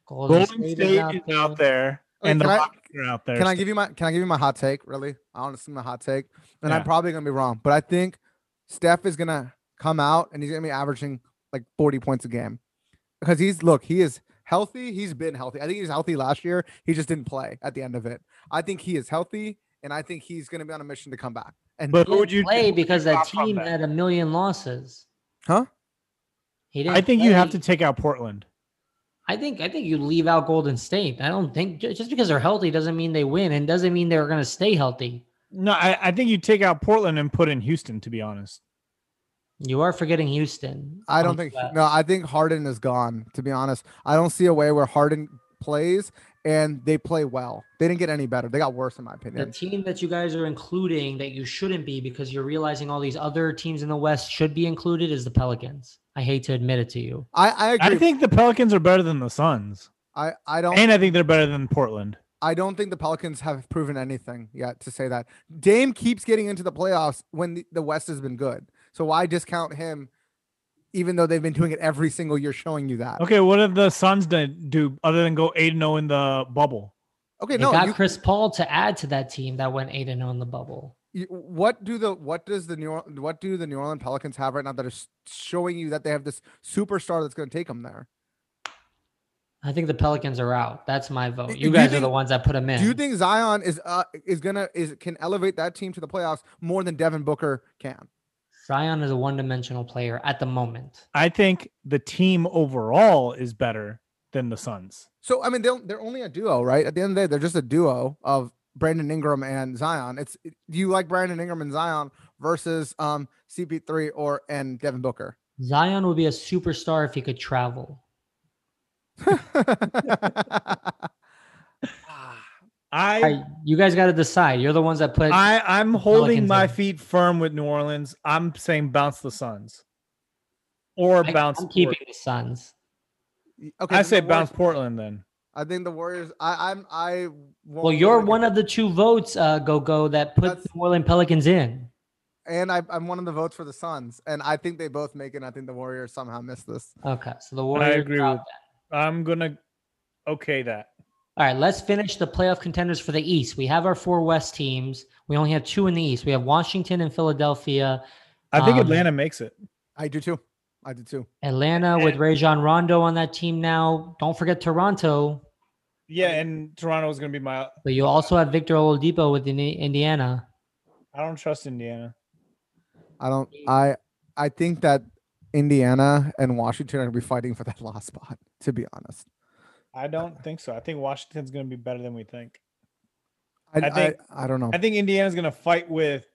Speaker 2: Golden,
Speaker 3: Golden State, is out, there,
Speaker 1: Okay,
Speaker 3: and the
Speaker 1: can I-
Speaker 3: Rockets are out there.
Speaker 1: Can I give you my Can I give you my hot take? Really, honestly, my hot take, and I'm
Speaker 3: Yeah.
Speaker 1: probably gonna be wrong, but I think Steph is gonna come out and he's gonna be averaging like 40 points a game because he's look, he is healthy. He's been healthy. I think he was healthy last year. He just didn't play at the end of it. I think he is healthy, and I think he's gonna be on a mission to come back. And
Speaker 3: But who
Speaker 2: Didn't
Speaker 3: would you
Speaker 2: play because that
Speaker 3: drop from
Speaker 2: team
Speaker 3: that?
Speaker 2: had a million losses?
Speaker 1: Huh?
Speaker 2: He didn't.
Speaker 3: I think you have
Speaker 2: play.
Speaker 3: to take out Portland.
Speaker 2: I think I think you leave out Golden State. I don't think ju- just because they're healthy doesn't mean they win, and doesn't mean they're going to stay healthy.
Speaker 3: No, I, I think you take out Portland and put in Houston. To be honest,
Speaker 2: You are forgetting Houston.
Speaker 1: I
Speaker 2: on
Speaker 1: don't think
Speaker 2: that.
Speaker 1: no, I think Harden is gone, to be honest. I don't see a way where Harden plays and they play well. They didn't get any better. They got worse in my
Speaker 2: the
Speaker 1: opinion.
Speaker 2: team that you guys are including that you shouldn't be because you're realizing all these other teams in the West should be included is the Pelicans. I hate to admit it to you.
Speaker 1: I, I
Speaker 3: I
Speaker 1: agree.
Speaker 3: think the Pelicans are better than the Suns,
Speaker 1: I, I don't
Speaker 3: and I think they're better than Portland.
Speaker 1: I don't think the Pelicans have proven anything yet to say that. Dame keeps getting into the playoffs when the, the West has been good. So why discount him even though they've been doing it every single year showing you that?
Speaker 3: Okay, what have the Suns done do other than go eight and zero in the bubble?
Speaker 1: Okay,
Speaker 2: They
Speaker 1: no,
Speaker 2: got
Speaker 1: you,
Speaker 2: Chris Paul to add to that team that went eight and zero in the bubble.
Speaker 1: you- what do the what does the New Orleans, what do the New Orleans Pelicans have right now that is showing you that they have this superstar that's going to take them there?
Speaker 2: I think the Pelicans are out. That's my
Speaker 1: Do
Speaker 2: vote.
Speaker 1: you
Speaker 2: You guys are the
Speaker 1: think-
Speaker 2: ones that put them in.
Speaker 1: Do you think Zion is uh, is gonna is can elevate that team to the playoffs more than Devin Booker can?
Speaker 2: Zion is a one-dimensional player at the moment?
Speaker 3: I think the team overall is better than the Suns.
Speaker 1: So I mean, they're they're only a duo, right? At the end of the day, they're just a duo of Brandon Ingram and Zion. It's do you like Brandon Ingram and Zion versus um CP3 or and Devin Booker?
Speaker 2: Zion would be a superstar if he could travel.
Speaker 3: I
Speaker 2: I, you guys got to decide. You're the ones that put.
Speaker 3: I I'm holding
Speaker 2: Pelicans
Speaker 3: my
Speaker 2: in.
Speaker 3: feet firm with New Orleans. I'm saying bounce the Suns, or
Speaker 2: I-
Speaker 3: bounce.
Speaker 2: I'm
Speaker 3: Port-
Speaker 2: keeping the Suns.
Speaker 1: okay,
Speaker 3: I
Speaker 1: then
Speaker 3: say
Speaker 1: the Warriors-
Speaker 3: bounce Portland then.
Speaker 1: I think the Warriors. I I'm I. won't
Speaker 2: Well,
Speaker 1: be
Speaker 2: you're
Speaker 1: able to-
Speaker 2: one of the two votes, uh, Go Go, that put
Speaker 1: That's-
Speaker 2: the New Orleans Pelicans in.
Speaker 1: and I, I'm one of the votes for the Suns, and I think they both make it. And I think the Warriors somehow miss this.
Speaker 2: Okay, so the Warriors.
Speaker 3: agree
Speaker 2: dropped
Speaker 3: with- I'm gonna okay that.
Speaker 2: All right, let's finish the playoff contenders for the East. We have our four West teams. We only have two in the East. We have Washington and Philadelphia.
Speaker 3: I think
Speaker 2: Um,
Speaker 3: Atlanta makes it.
Speaker 1: I do too. I do too.
Speaker 2: Atlanta with Rajon Rondo on that team now. Don't forget Toronto,
Speaker 3: Yeah, and Toronto is gonna be my.
Speaker 2: but you also have Victor Oladipo with Indi- Indiana.
Speaker 3: I don't trust Indiana.
Speaker 1: I don't.
Speaker 2: Yeah.
Speaker 1: I I think that Indiana and Washington are gonna be fighting for that last spot. To be honest,
Speaker 3: I don't think so. I think Washington's gonna be better than we think.
Speaker 1: I
Speaker 3: I
Speaker 1: I,
Speaker 3: think-
Speaker 1: I, don't know.
Speaker 3: I think Indiana's gonna fight with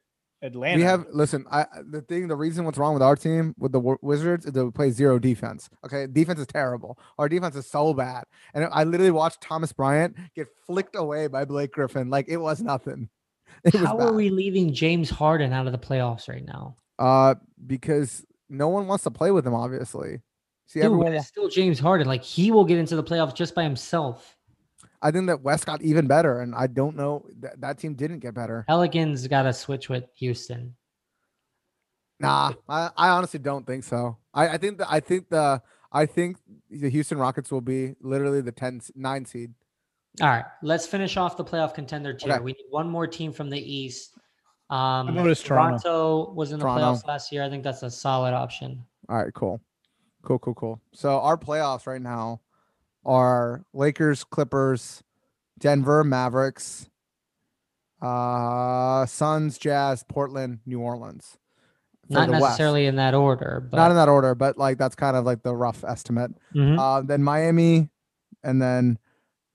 Speaker 3: Atlanta.
Speaker 1: We have listen. I the thing, the reason what's wrong with our team with the Wi- Wizards is that we play zero defense. Okay, defense is terrible. Our defense is so bad, and I literally watched Thomas Bryant get flicked away by Blake Griffin like it was nothing. It was
Speaker 2: How
Speaker 1: bad.
Speaker 2: are we leaving James Harden out of the playoffs right now?
Speaker 1: Uh, because no one wants to play with him. Obviously, see
Speaker 2: Dude,
Speaker 1: everyone.
Speaker 2: but
Speaker 1: wa-
Speaker 2: it's still James Harden. Like he will get into the playoffs just by himself.
Speaker 1: I think that West got even better, and I don't know that that team didn't get better.
Speaker 2: Pelicans got to switch with Houston.
Speaker 1: Nah, I, I honestly don't think so. I, I think that I think the I think the Houston Rockets will be literally the 10 s- 9 seed.
Speaker 2: All right, let's finish off the playoff contender tier.
Speaker 1: Okay.
Speaker 2: We need one more team from the East. Um,
Speaker 3: noticed Toronto.
Speaker 2: was in the
Speaker 1: Toronto.
Speaker 2: playoffs last year. I think that's a solid option.
Speaker 1: All right, cool. Cool, cool, cool. So our playoffs right now are Lakers, Clippers, Denver, Mavericks, uh Suns, Jazz, Portland, New Orleans. for
Speaker 2: Not
Speaker 1: the West.
Speaker 2: necessarily in that order, but
Speaker 1: Not in that order, but like that's kind of like the rough estimate.
Speaker 3: Mm-hmm.
Speaker 2: Mhm.
Speaker 1: Uh, then Miami, and then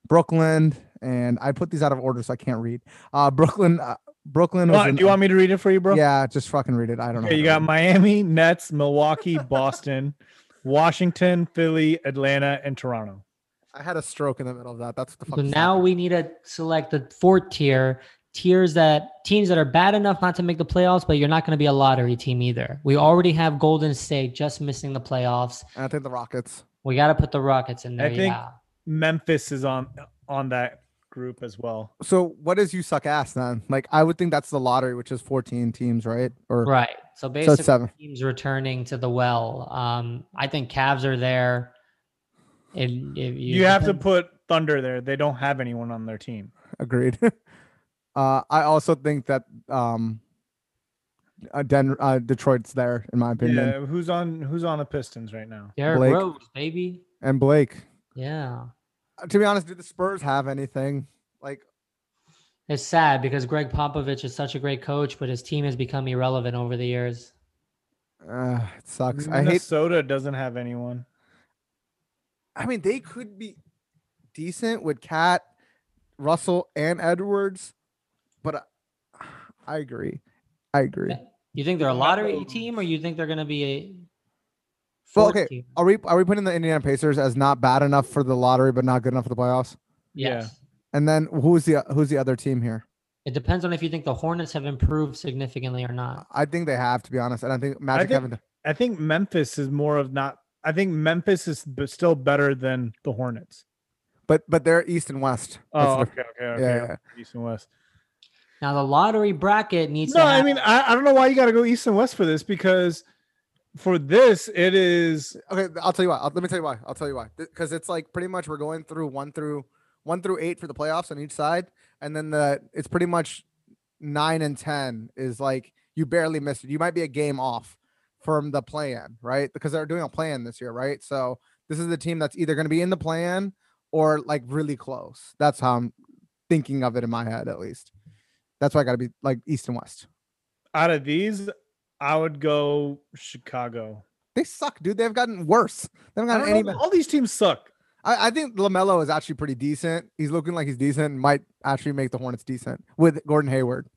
Speaker 1: Brooklyn. And I put these out of order, so I can't read. Uh, Brooklyn, uh, Brooklyn. Was
Speaker 3: Well,
Speaker 1: in-
Speaker 3: do you want me to read it for you, bro?
Speaker 1: Yeah, just fucking read it. I don't know.
Speaker 3: Okay, you got Miami, Nets, Milwaukee, Boston, Washington, Philly, Atlanta, and Toronto.
Speaker 1: I had a stroke in the middle of that. That's what the fuck.
Speaker 2: So
Speaker 1: is
Speaker 2: now
Speaker 1: happening.
Speaker 2: we need to select the fourth tier tiers that teams that are bad enough not to make the playoffs, but you're not going to be a lottery team either. We already have Golden State just missing the playoffs.
Speaker 1: And I think the Rockets.
Speaker 2: We got to put the Rockets in
Speaker 3: I
Speaker 2: there.
Speaker 3: think-
Speaker 2: yeah.
Speaker 3: Memphis is on on that group as well.
Speaker 1: So what is you suck ass then? Like I would think that's the lottery, which is 14 teams, right? Or
Speaker 2: Right. So
Speaker 1: so
Speaker 2: basically,
Speaker 1: it's seven.
Speaker 2: teams returning to the well. Um, I think Cavs are there. And if you,
Speaker 3: You have to put Thunder there. They don't have anyone on their team.
Speaker 1: Agreed. uh, I also think that um, uh, Den- uh, Detroit's there in my opinion,
Speaker 3: Yeah, who's on who's on the Pistons right now?
Speaker 2: Derrick
Speaker 1: Blake.
Speaker 2: Rose, baby.
Speaker 1: and Blake.
Speaker 2: Yeah.
Speaker 1: Uh, To be honest, do the Spurs have anything? Like
Speaker 2: It's sad because Greg Popovich is such a great coach, but his team has become irrelevant over the years.
Speaker 1: Uh, it sucks. I hate.
Speaker 3: Minnesota doesn't have anyone.
Speaker 1: I mean, they could be decent with Cat, Russell, and Edwards, but I, I agree. I agree.
Speaker 2: Yeah. You think they're a lottery
Speaker 3: No.
Speaker 2: team, or you think they're going to be a
Speaker 1: Well,
Speaker 2: fourth
Speaker 1: okay,
Speaker 2: team?
Speaker 1: Are we are we putting the Indiana Pacers as not bad enough for the lottery, but not good enough for the playoffs?
Speaker 3: yeah.
Speaker 2: Yes.
Speaker 1: And then who's the who's the other team here?
Speaker 2: It depends on if you think the Hornets have improved significantly or not.
Speaker 1: I think they have to be honest, and I think Magic
Speaker 3: think-
Speaker 1: haven't.
Speaker 3: I think Memphis is more of not. I think Memphis is b- still better than the Hornets.
Speaker 1: But but they're East and West. That's
Speaker 3: Oh,
Speaker 1: the-
Speaker 3: okay, okay, okay.
Speaker 1: yeah, yeah.
Speaker 3: East and West.
Speaker 2: Now the lottery bracket needs.
Speaker 3: No,
Speaker 2: to
Speaker 3: I
Speaker 2: have-
Speaker 3: mean, I, I don't know why you got to go East and West for this because for this it is
Speaker 1: okay th- i'll tell you why I'll, let me tell you why i'll tell you why because it's like pretty much we're going through one through one through eight for the playoffs on each side and then the it's pretty much nine and ten is like you barely missed it you might be a game off from the plan right because they're doing a plan this year right so this is the team that's either going to be in the plan or like really close that's how i'm thinking of it in my head at least that's why i gotta be like east and west
Speaker 3: out of these. I would go Chicago.
Speaker 1: they suck dude they've gotten worse they haven't
Speaker 3: I
Speaker 1: gotten
Speaker 3: don't
Speaker 1: any
Speaker 3: know,
Speaker 1: better.
Speaker 3: all these teams suck.
Speaker 1: I, I think Lamelo is actually pretty decent. He's looking like he's decent. and Might actually make the Hornets decent with Gordon Hayward.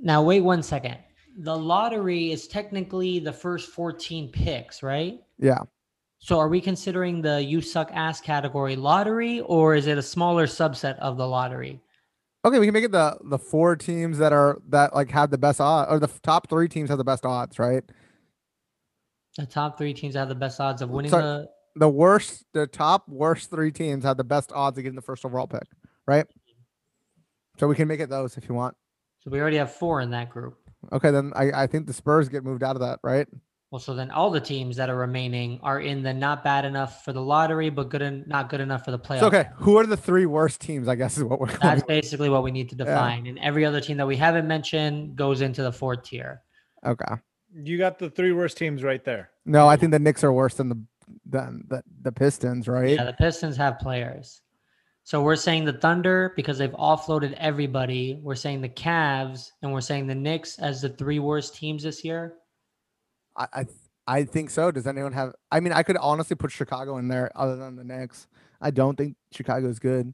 Speaker 2: Now wait one second. The lottery is technically the first 14 picks, right?
Speaker 1: Yeah,
Speaker 2: So are we considering the you suck ass category lottery or is it a smaller subset of the lottery?
Speaker 1: Okay, we can make it the the four teams that are that like have the best odds, or the f- top three teams have the best odds, right?
Speaker 2: The top 3 teams that have the best odds of winning
Speaker 1: Sorry.
Speaker 2: the
Speaker 1: The worst, the top worst three teams have the best odds of getting the first overall pick, right? So we can make it those if you want.
Speaker 2: So we already have 4 in that group.
Speaker 1: Okay, then I, I think the Spurs get moved out of that, right?
Speaker 2: Well, so then all the teams that are remaining are in the not bad enough for the lottery but good and not good enough for the playoffs.
Speaker 1: So okay, who are the three worst teams? I guess is what we're. going
Speaker 2: That's basically what we need to define. And every other team that we haven't mentioned goes into the fourth tier.
Speaker 1: okay.
Speaker 3: You got the three worst teams right there.
Speaker 1: No, I think the Knicks are worse than the than the, the Pistons, right?
Speaker 2: Yeah, the Pistons have players. So we're saying the Thunder because they've offloaded everybody. We're saying the Cavs and we're saying the Knicks as the three worst teams this year.
Speaker 1: I, I th- I think so. Does anyone have? I mean, I could honestly put Chicago in there, other than the Knicks. I don't think Chicago is good.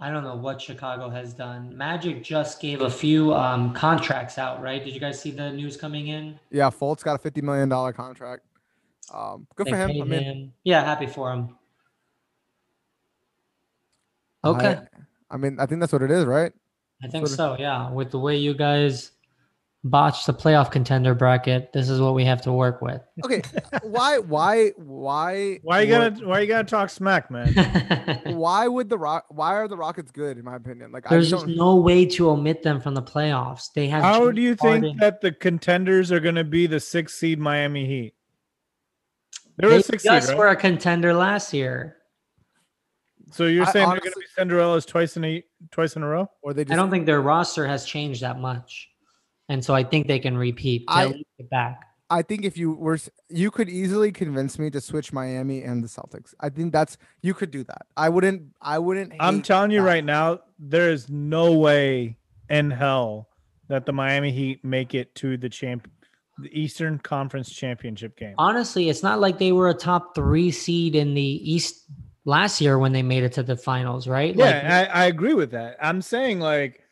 Speaker 2: I don't know what Chicago has done. Magic just gave a few um, contracts out, right? Did you guys see the news coming in?
Speaker 1: Yeah, Fultz got a fifty million dollar contract. Um, good for
Speaker 2: They
Speaker 1: him.
Speaker 2: paid
Speaker 1: I mean,
Speaker 2: him. yeah, happy for him. Okay, I,
Speaker 1: I, I mean, I think that's what it is, right?
Speaker 2: think
Speaker 1: sort
Speaker 2: so. Yeah, with the way you guys botched the playoff contender bracket, this is what we have to work with.
Speaker 1: Okay, why, why, why,
Speaker 3: Why you
Speaker 1: would-
Speaker 3: gotta why you gotta talk smack, man?
Speaker 1: Why would the rock? Why are the Rockets good? In my opinion, like
Speaker 2: There's
Speaker 1: I just
Speaker 2: just
Speaker 1: don't.
Speaker 2: no way to omit them from the playoffs. They have.
Speaker 3: How
Speaker 2: James
Speaker 3: do you think
Speaker 2: Harden.
Speaker 3: that the contenders are gonna be the sixth seed Miami Heat? They're
Speaker 2: they
Speaker 3: a six seed,
Speaker 2: just
Speaker 3: right?
Speaker 2: were a contender last year?
Speaker 3: So you're
Speaker 1: I
Speaker 3: saying they're
Speaker 1: honestly-
Speaker 3: gonna be Cinderella's twice in a twice in a row?
Speaker 1: Or they just.
Speaker 2: I don't think their roster has changed that much, and so I think they can repeat. To
Speaker 1: I-
Speaker 2: at least get back.
Speaker 1: I think if you were, s- you could easily convince me to switch Miami and the Celtics. I think that's you could do that. I wouldn't. I wouldn't.
Speaker 3: I'm
Speaker 1: hate
Speaker 3: telling you
Speaker 1: that.
Speaker 3: right now, there is no way in hell that the Miami Heat make it to the champ, the Eastern Conference Championship game.
Speaker 2: Honestly, it's not like they were a top three seed in the East last year when they made it to the finals, right?
Speaker 3: yeah,
Speaker 2: Like,
Speaker 3: I, I agree with that. I'm saying like,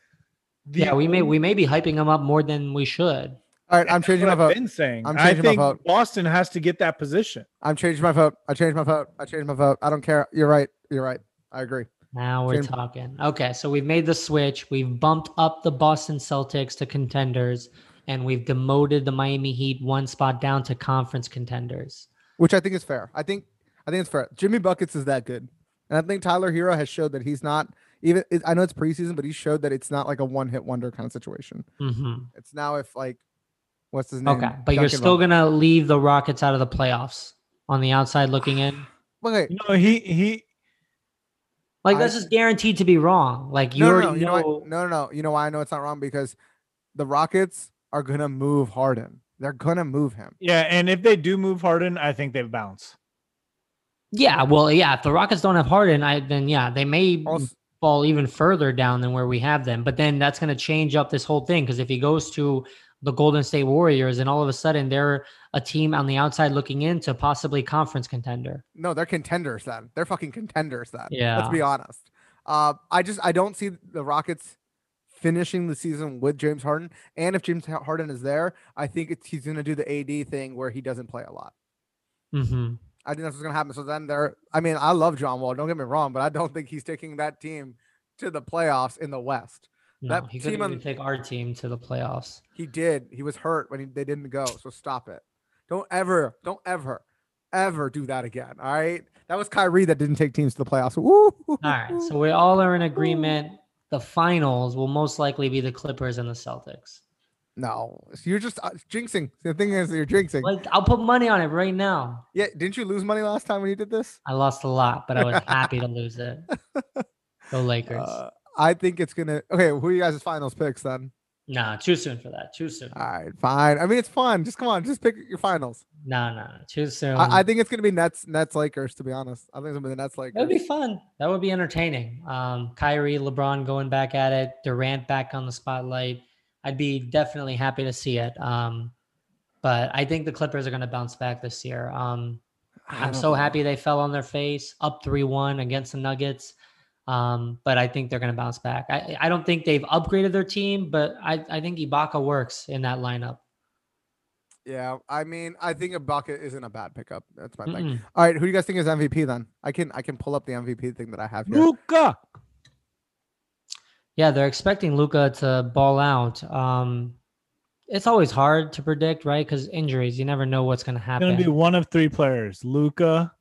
Speaker 3: the
Speaker 2: yeah. We may we may be hyping them up more than we should.
Speaker 1: All right, I'm
Speaker 3: That's
Speaker 1: changing
Speaker 3: what
Speaker 1: my
Speaker 3: I've
Speaker 1: vote.
Speaker 3: Been saying.
Speaker 1: I'm
Speaker 3: I
Speaker 1: changing my
Speaker 3: think
Speaker 1: vote.
Speaker 3: Boston has to get that position.
Speaker 1: I'm changing my vote. I changed my vote. I changed my vote. I don't care. You're right. You're right. I agree.
Speaker 2: Now we're
Speaker 1: James-
Speaker 2: talking. Okay, so we've made the switch. We've bumped up the Boston Celtics to contenders, and we've demoted the Miami Heat one spot down to conference contenders.
Speaker 1: Which I think is fair. I think. I think it's fair. Jimmy buckets is that good, and I think Tyler Hero has showed that he's not even. It, I know it's preseason, but he showed that it's not like a one hit wonder kind of situation.
Speaker 2: hmm
Speaker 1: It's now if like, what's his name?
Speaker 2: Okay, but you're
Speaker 1: Duncan
Speaker 2: still
Speaker 1: Robinson.
Speaker 2: gonna leave the Rockets out of the playoffs on the outside looking in.
Speaker 1: Okay,
Speaker 3: You know, he he
Speaker 2: Like
Speaker 1: I-
Speaker 2: this is guaranteed to be wrong. Like you
Speaker 1: no,
Speaker 2: already
Speaker 1: no, no, you
Speaker 2: know.
Speaker 1: know, what- no, no, no. You know why I know it's not wrong because the Rockets are gonna move Harden. They're gonna move him.
Speaker 3: yeah, and if they do move Harden, I think they bounce.
Speaker 2: Yeah, well, yeah. If the Rockets don't have Harden, I then yeah, they may
Speaker 1: Also,
Speaker 2: fall even further down than where we have them. But then that's going to change up this whole thing because if he goes to the Golden State Warriors and all of a sudden they're a team on the outside looking in to possibly conference contender.
Speaker 1: no, they're contenders. Then they're fucking contenders. Then
Speaker 2: Yeah.
Speaker 1: let's be honest. Uh, I just I don't see the Rockets finishing the season with James Harden. And if James Ha- Harden is there, I think it's, he's gonna do the AD thing where he doesn't play a lot.
Speaker 2: hmm
Speaker 1: I think that's what's gonna happen. So then they're. I mean, I love John Wall. Don't get me wrong, but I don't think he's taking that team to the playoffs in the West.
Speaker 2: No,
Speaker 1: That
Speaker 2: he couldn't
Speaker 1: team on-
Speaker 2: even take our team to the playoffs.
Speaker 1: He did. He was hurt when he, they didn't go. So stop it. Don't ever, don't ever, ever do that again. All right. That was Kyrie that didn't take teams to the playoffs. Woo!
Speaker 2: All right, so we all are in agreement. The finals will most likely be the Clippers and the Celtics.
Speaker 1: no, you're just uh, jinxing. The thing is, you're jinxing.
Speaker 2: Like I'll put money on it right now.
Speaker 1: Yeah. Didn't you lose money last time when you did this?
Speaker 2: I lost a lot, but I was happy to lose it. Go Lakers.
Speaker 1: Uh, I think it's gonna. Okay, who are you guys' finals picks then?
Speaker 2: nah, too soon for that. Too soon.
Speaker 1: All right, fine. I mean, it's fun. Just come on, just pick your finals.
Speaker 2: No, no, no, too soon.
Speaker 1: I, I think it's gonna be Nets, Nets, Lakers. To be honest, I think it's gonna be the Nets,
Speaker 2: That
Speaker 1: Lakers.
Speaker 2: would Um, be fun. That would be entertaining. Um, Kyrie, LeBron going back at it, Durant back on the spotlight. I'd be definitely happy to see it. Um, but I think the Clippers are going to bounce back this year. Um,
Speaker 1: I
Speaker 2: I'm
Speaker 1: don't
Speaker 2: so
Speaker 1: know.
Speaker 2: happy they fell on their face, up 3 1 against the Nuggets. Um, but I think they're going to bounce back. I, I don't think they've upgraded their team, but I, I think Ibaka works in that lineup.
Speaker 1: Yeah, I mean, I think a bucket isn't a bad pickup. That's my thing.
Speaker 2: Mm-mm.
Speaker 1: All right, who do you guys think is MVP then? I can I can pull up the MVP thing that I have here.
Speaker 3: Luca.
Speaker 2: Yeah, they're expecting Luca to ball out. Um, it's always hard to predict, right? Because injuries, you never know what's going to
Speaker 3: It's gonna
Speaker 2: happen.
Speaker 3: be one of three players: Luca,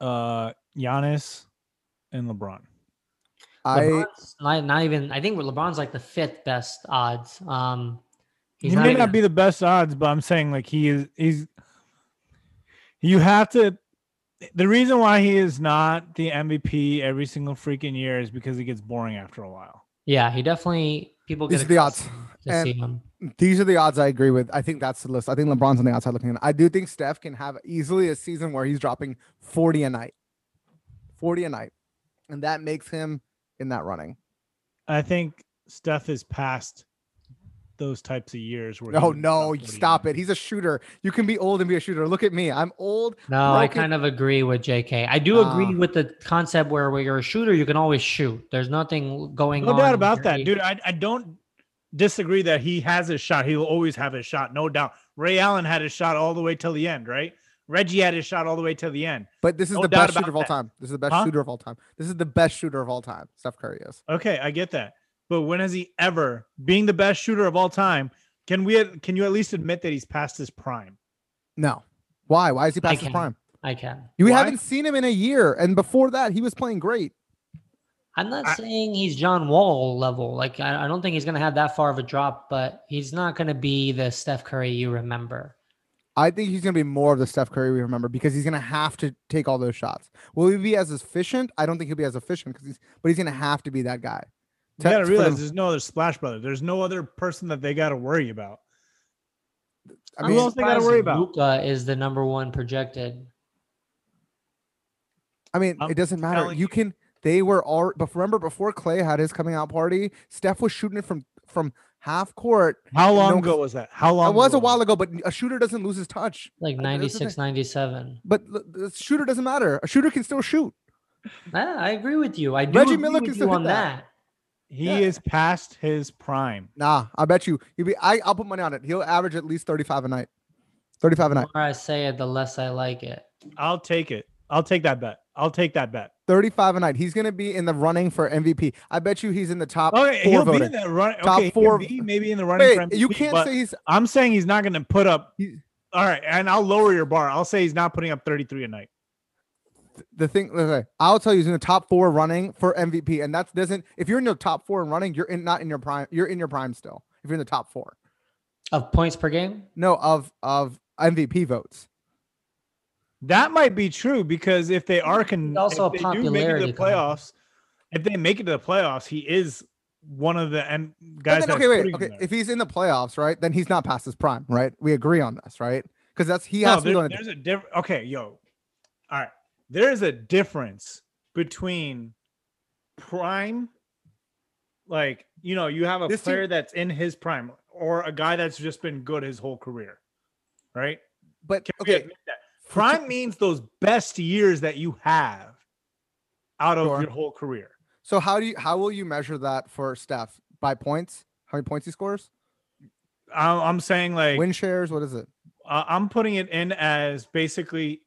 Speaker 3: uh, Giannis, and LeBron.
Speaker 1: I
Speaker 2: LeBron's not, not even. I think LeBron's like the fifth best odds. Um, he's
Speaker 3: he
Speaker 2: not
Speaker 3: may
Speaker 2: even-
Speaker 3: not be the best odds, but I'm saying like he is. He's. You have to. The reason why he is not the MVP every single freaking year is because it gets boring after a while.
Speaker 2: yeah, he definitely people get
Speaker 1: these are the odds.
Speaker 2: accustomed to
Speaker 1: And-
Speaker 2: see him.
Speaker 1: These are the odds I agree with. I think that's the list. I think LeBron's on the outside looking in. I do think Steph can have easily a season where he's dropping 40 a night. 40 a night. And that makes him in that running.
Speaker 3: I think Steph is past those types of years where.
Speaker 1: Oh, No,
Speaker 3: he-
Speaker 1: no,
Speaker 3: what he-
Speaker 1: stop it. He's a shooter. You can be old and be a shooter. Look at me. I'm old.
Speaker 2: No, I
Speaker 1: Broken-
Speaker 2: kind of agree with JK. I do agree
Speaker 1: Ah.
Speaker 2: with the concept where when you're a shooter, you can always shoot. There's nothing going
Speaker 3: No
Speaker 2: on.
Speaker 3: doubt about that,
Speaker 2: very-
Speaker 3: dude. I, I don't disagree that he has his shot. He'll always have his shot, no doubt. Ray Allen had his shot all the way till the end, right? Reggie had his shot all the way till the end.
Speaker 1: But this is
Speaker 3: No
Speaker 1: the
Speaker 3: doubt
Speaker 1: best shooter
Speaker 3: about
Speaker 1: of all
Speaker 3: that.
Speaker 1: time. This is the best
Speaker 3: Huh?
Speaker 1: shooter of all time. This is the best shooter of all time. Steph Curry is.
Speaker 3: Okay, I get that. But when has he ever, being the best shooter of all time, can we can you at least admit that he's past his prime?
Speaker 1: No. Why? Why is he past his
Speaker 2: can't.
Speaker 1: prime?
Speaker 2: I can.
Speaker 1: You
Speaker 3: Why?
Speaker 1: haven't seen him in a year. And before that, he was playing great.
Speaker 2: I'm not
Speaker 3: I-
Speaker 2: saying he's John Wall level. Like I, I don't think he's gonna have that far of a drop, but he's not gonna be the Steph Curry you remember.
Speaker 1: I think he's going to be more of the Steph Curry we remember because he's going to have to take all those shots. Will he be as efficient? I don't think he'll be as efficient because he's, but he's going to have to be that guy.
Speaker 3: You
Speaker 1: Te-
Speaker 3: gotta
Speaker 1: for
Speaker 3: realize
Speaker 1: the-
Speaker 3: there's no other Splash Brother. There's no other person that they gotta worry about.
Speaker 1: I
Speaker 2: I'm
Speaker 1: mean,
Speaker 3: Who else they gotta
Speaker 2: surprised
Speaker 3: worry about?
Speaker 2: Luka is the number one projected.
Speaker 1: I mean,
Speaker 3: I'm
Speaker 1: it doesn't matter.
Speaker 3: telling
Speaker 1: You,
Speaker 3: you.
Speaker 1: can. They were all. But remember, before Clay had his coming out party, Steph was shooting it from from half court.
Speaker 3: How long
Speaker 1: No,
Speaker 3: ago was that? How long?
Speaker 1: It was
Speaker 3: ago
Speaker 1: a while ago, but a shooter doesn't lose his touch.
Speaker 2: Like
Speaker 1: I- that's the
Speaker 2: 96, 97.
Speaker 1: But l- the shooter doesn't matter. A shooter can still shoot.
Speaker 2: Ah, I agree with you. I do
Speaker 1: Reggie
Speaker 2: agree
Speaker 1: Miller
Speaker 2: with
Speaker 1: can
Speaker 2: you
Speaker 1: still hit
Speaker 2: on
Speaker 1: that.
Speaker 2: that.
Speaker 3: He
Speaker 1: Yeah.
Speaker 3: is past his prime.
Speaker 1: Nah, I bet you. He'll be. I, I'll put money on it. He'll average at least thirty-five a night. Thirty-five a
Speaker 2: The
Speaker 1: night.
Speaker 2: more I say it, the less I like it.
Speaker 3: I'll take it. I'll take that bet. I'll take that bet.
Speaker 1: 35 a night. He's going to be in the running for MVP. I bet you he's in the top
Speaker 3: Okay,
Speaker 1: 4
Speaker 3: he'll
Speaker 1: voting.
Speaker 3: be in the run.
Speaker 1: Top
Speaker 3: okay,
Speaker 1: four-
Speaker 3: four, be maybe in the Oh, running.
Speaker 1: Wait,
Speaker 3: for MVP,
Speaker 1: you can't
Speaker 3: but
Speaker 1: say he's
Speaker 3: I'm saying he's not going to put up.
Speaker 1: He-
Speaker 3: All right, and I'll lower your bar. I'll say he's not putting up 33 a night.
Speaker 1: the thing. okay, I'll tell you, he's in the top four running for MVP, and that doesn't. If you're in the top four and running, you're in not in your prime. You're in your prime still. If you're in the top four,
Speaker 2: Of points per game?
Speaker 1: no, of of MVP votes.
Speaker 3: That might be true because if they are con-
Speaker 2: It's also
Speaker 3: if
Speaker 2: a
Speaker 3: they do make it to
Speaker 2: popularity
Speaker 3: the
Speaker 2: contest.
Speaker 3: playoffs, if they make it to the playoffs, he is one of the M-
Speaker 1: But
Speaker 3: guys.
Speaker 1: then-
Speaker 3: that's
Speaker 1: okay, wait,
Speaker 3: putting him
Speaker 1: okay.
Speaker 3: there.
Speaker 1: If he's in the playoffs, right, then he's not past his prime, right? We agree on this, right? Because that's he
Speaker 3: no,
Speaker 1: has to be
Speaker 3: there-
Speaker 1: going.
Speaker 3: there's a different. Okay, yo, all right. There is a difference between prime, like you know, you have a
Speaker 1: This team-
Speaker 3: player that's in his prime, or a guy that's just been good his whole career, right?
Speaker 1: But
Speaker 3: Can we
Speaker 1: okay,
Speaker 3: admit that? Prime means those best years that you have out of
Speaker 1: Sure.
Speaker 3: your whole career.
Speaker 1: so how do you how will you measure that for Steph by points? How many points he scores?
Speaker 3: I'm, I'm saying like
Speaker 1: Win shares? What is it?
Speaker 3: uh, I'm putting it in as basically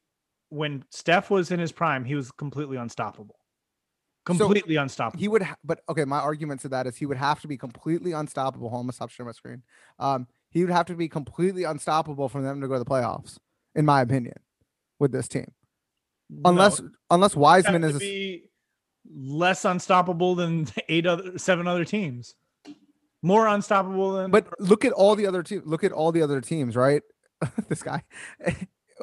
Speaker 3: when Steph was in his prime, he was completely unstoppable.
Speaker 1: So,
Speaker 3: Completely unstoppable.
Speaker 1: he would ha- but okay my argument to that is he would have to be completely unstoppable hold on, I'm gonna stop sharing my screen um he would have to be completely unstoppable for them to go to the playoffs in my opinion with this team
Speaker 3: No,
Speaker 1: unless unless
Speaker 3: have
Speaker 1: wiseman
Speaker 3: to
Speaker 1: is a s-
Speaker 3: be less unstoppable than eight other seven other teams. More unstoppable than
Speaker 1: but look at all the other teams look at all the other teams right this guy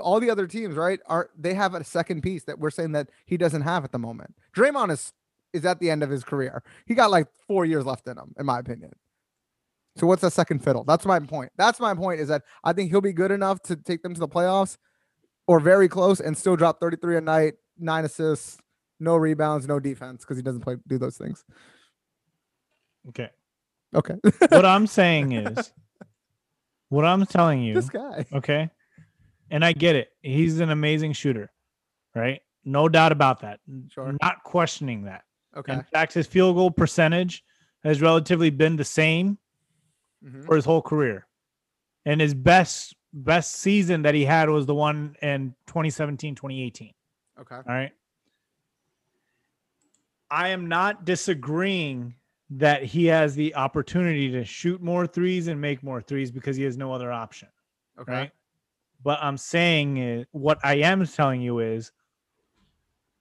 Speaker 1: all the other teams right are they have a second piece that we're saying that he doesn't have at the moment draymond is is at the end of his career he got like four years left in him in my opinion so what's that second fiddle that's my point that's my point is that i think he'll be good enough to take them to the playoffs or very close and still drop 33 a night nine assists no rebounds no defense because he doesn't play do those things
Speaker 3: okay.
Speaker 1: okay
Speaker 3: What I'm saying is what I'm telling you
Speaker 1: this guy
Speaker 3: Okay. And I get it. He's an amazing shooter, right? No doubt about that. N-
Speaker 1: Sure.
Speaker 3: Not questioning that.
Speaker 1: okay
Speaker 3: In fact, his field goal percentage has relatively been the same
Speaker 1: Mhm.
Speaker 3: for his whole career. And his best best season that he had was the one in 2017, 2018.
Speaker 1: okay
Speaker 3: All right. I am not disagreeing that he has the opportunity to shoot more threes and make more threes because he has no other option
Speaker 1: okay
Speaker 3: right? But I'm saying is, what I am telling you is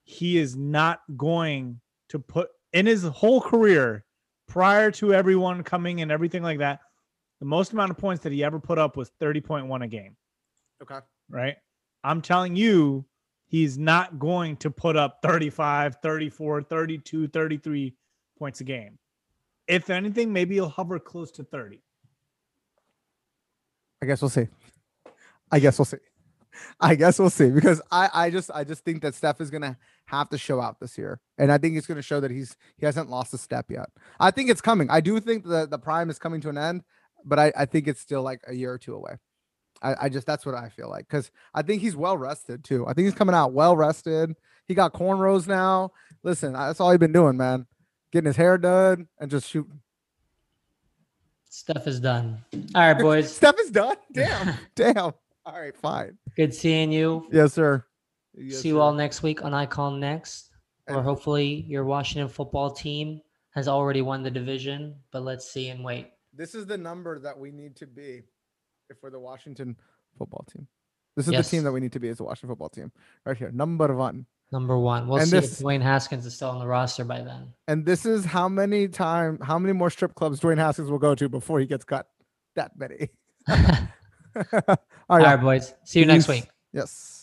Speaker 3: he is not going to put in his whole career prior to everyone coming and everything like that. The most amount of points that he ever put up was 30.1 a game,
Speaker 1: okay
Speaker 3: right? I'm telling you, he's not going to put up 35, 34, 32, 33 points a game. If anything, maybe he'll hover close to 30.
Speaker 1: I guess we'll see. I guess we'll see. I guess we'll see because I, I just I just think that Steph is gonna have to show out this year, and I think it's gonna show that he's he hasn't lost a step yet. I think it's coming. I do think that the prime is coming to an end. but I, I think it's still like a year or two away. I, I just that's what I feel like because I think he's well rested too. I think he's coming out well rested. He got cornrows now. Listen, that's all he's been doing, man. Getting his hair done and just shooting.
Speaker 2: Stuff is done. All right, boys.
Speaker 1: Steph is done. Damn, damn. All right, fine.
Speaker 2: Good seeing you.
Speaker 1: Yes, sir. Yes,
Speaker 2: See you
Speaker 1: sir.
Speaker 2: all next week on Icon Next, or
Speaker 1: And-
Speaker 2: hopefully your Washington football team has already won the division. But let's see and wait.
Speaker 1: This is the number that we need to be if we're the Washington football team. This is the
Speaker 2: Yes.
Speaker 1: team that we need to be as a Washington football team, right here, number one.
Speaker 2: Number one. We'll
Speaker 1: And
Speaker 2: see
Speaker 1: this-
Speaker 2: if Dwayne Haskins is still on the roster by then.
Speaker 1: And this is how many time, how many more strip clubs Dwayne Haskins will go to before he gets cut. That many. All right.
Speaker 2: All
Speaker 1: y'all.
Speaker 2: right, boys. See you next
Speaker 1: Peace.
Speaker 2: week.
Speaker 1: Yes.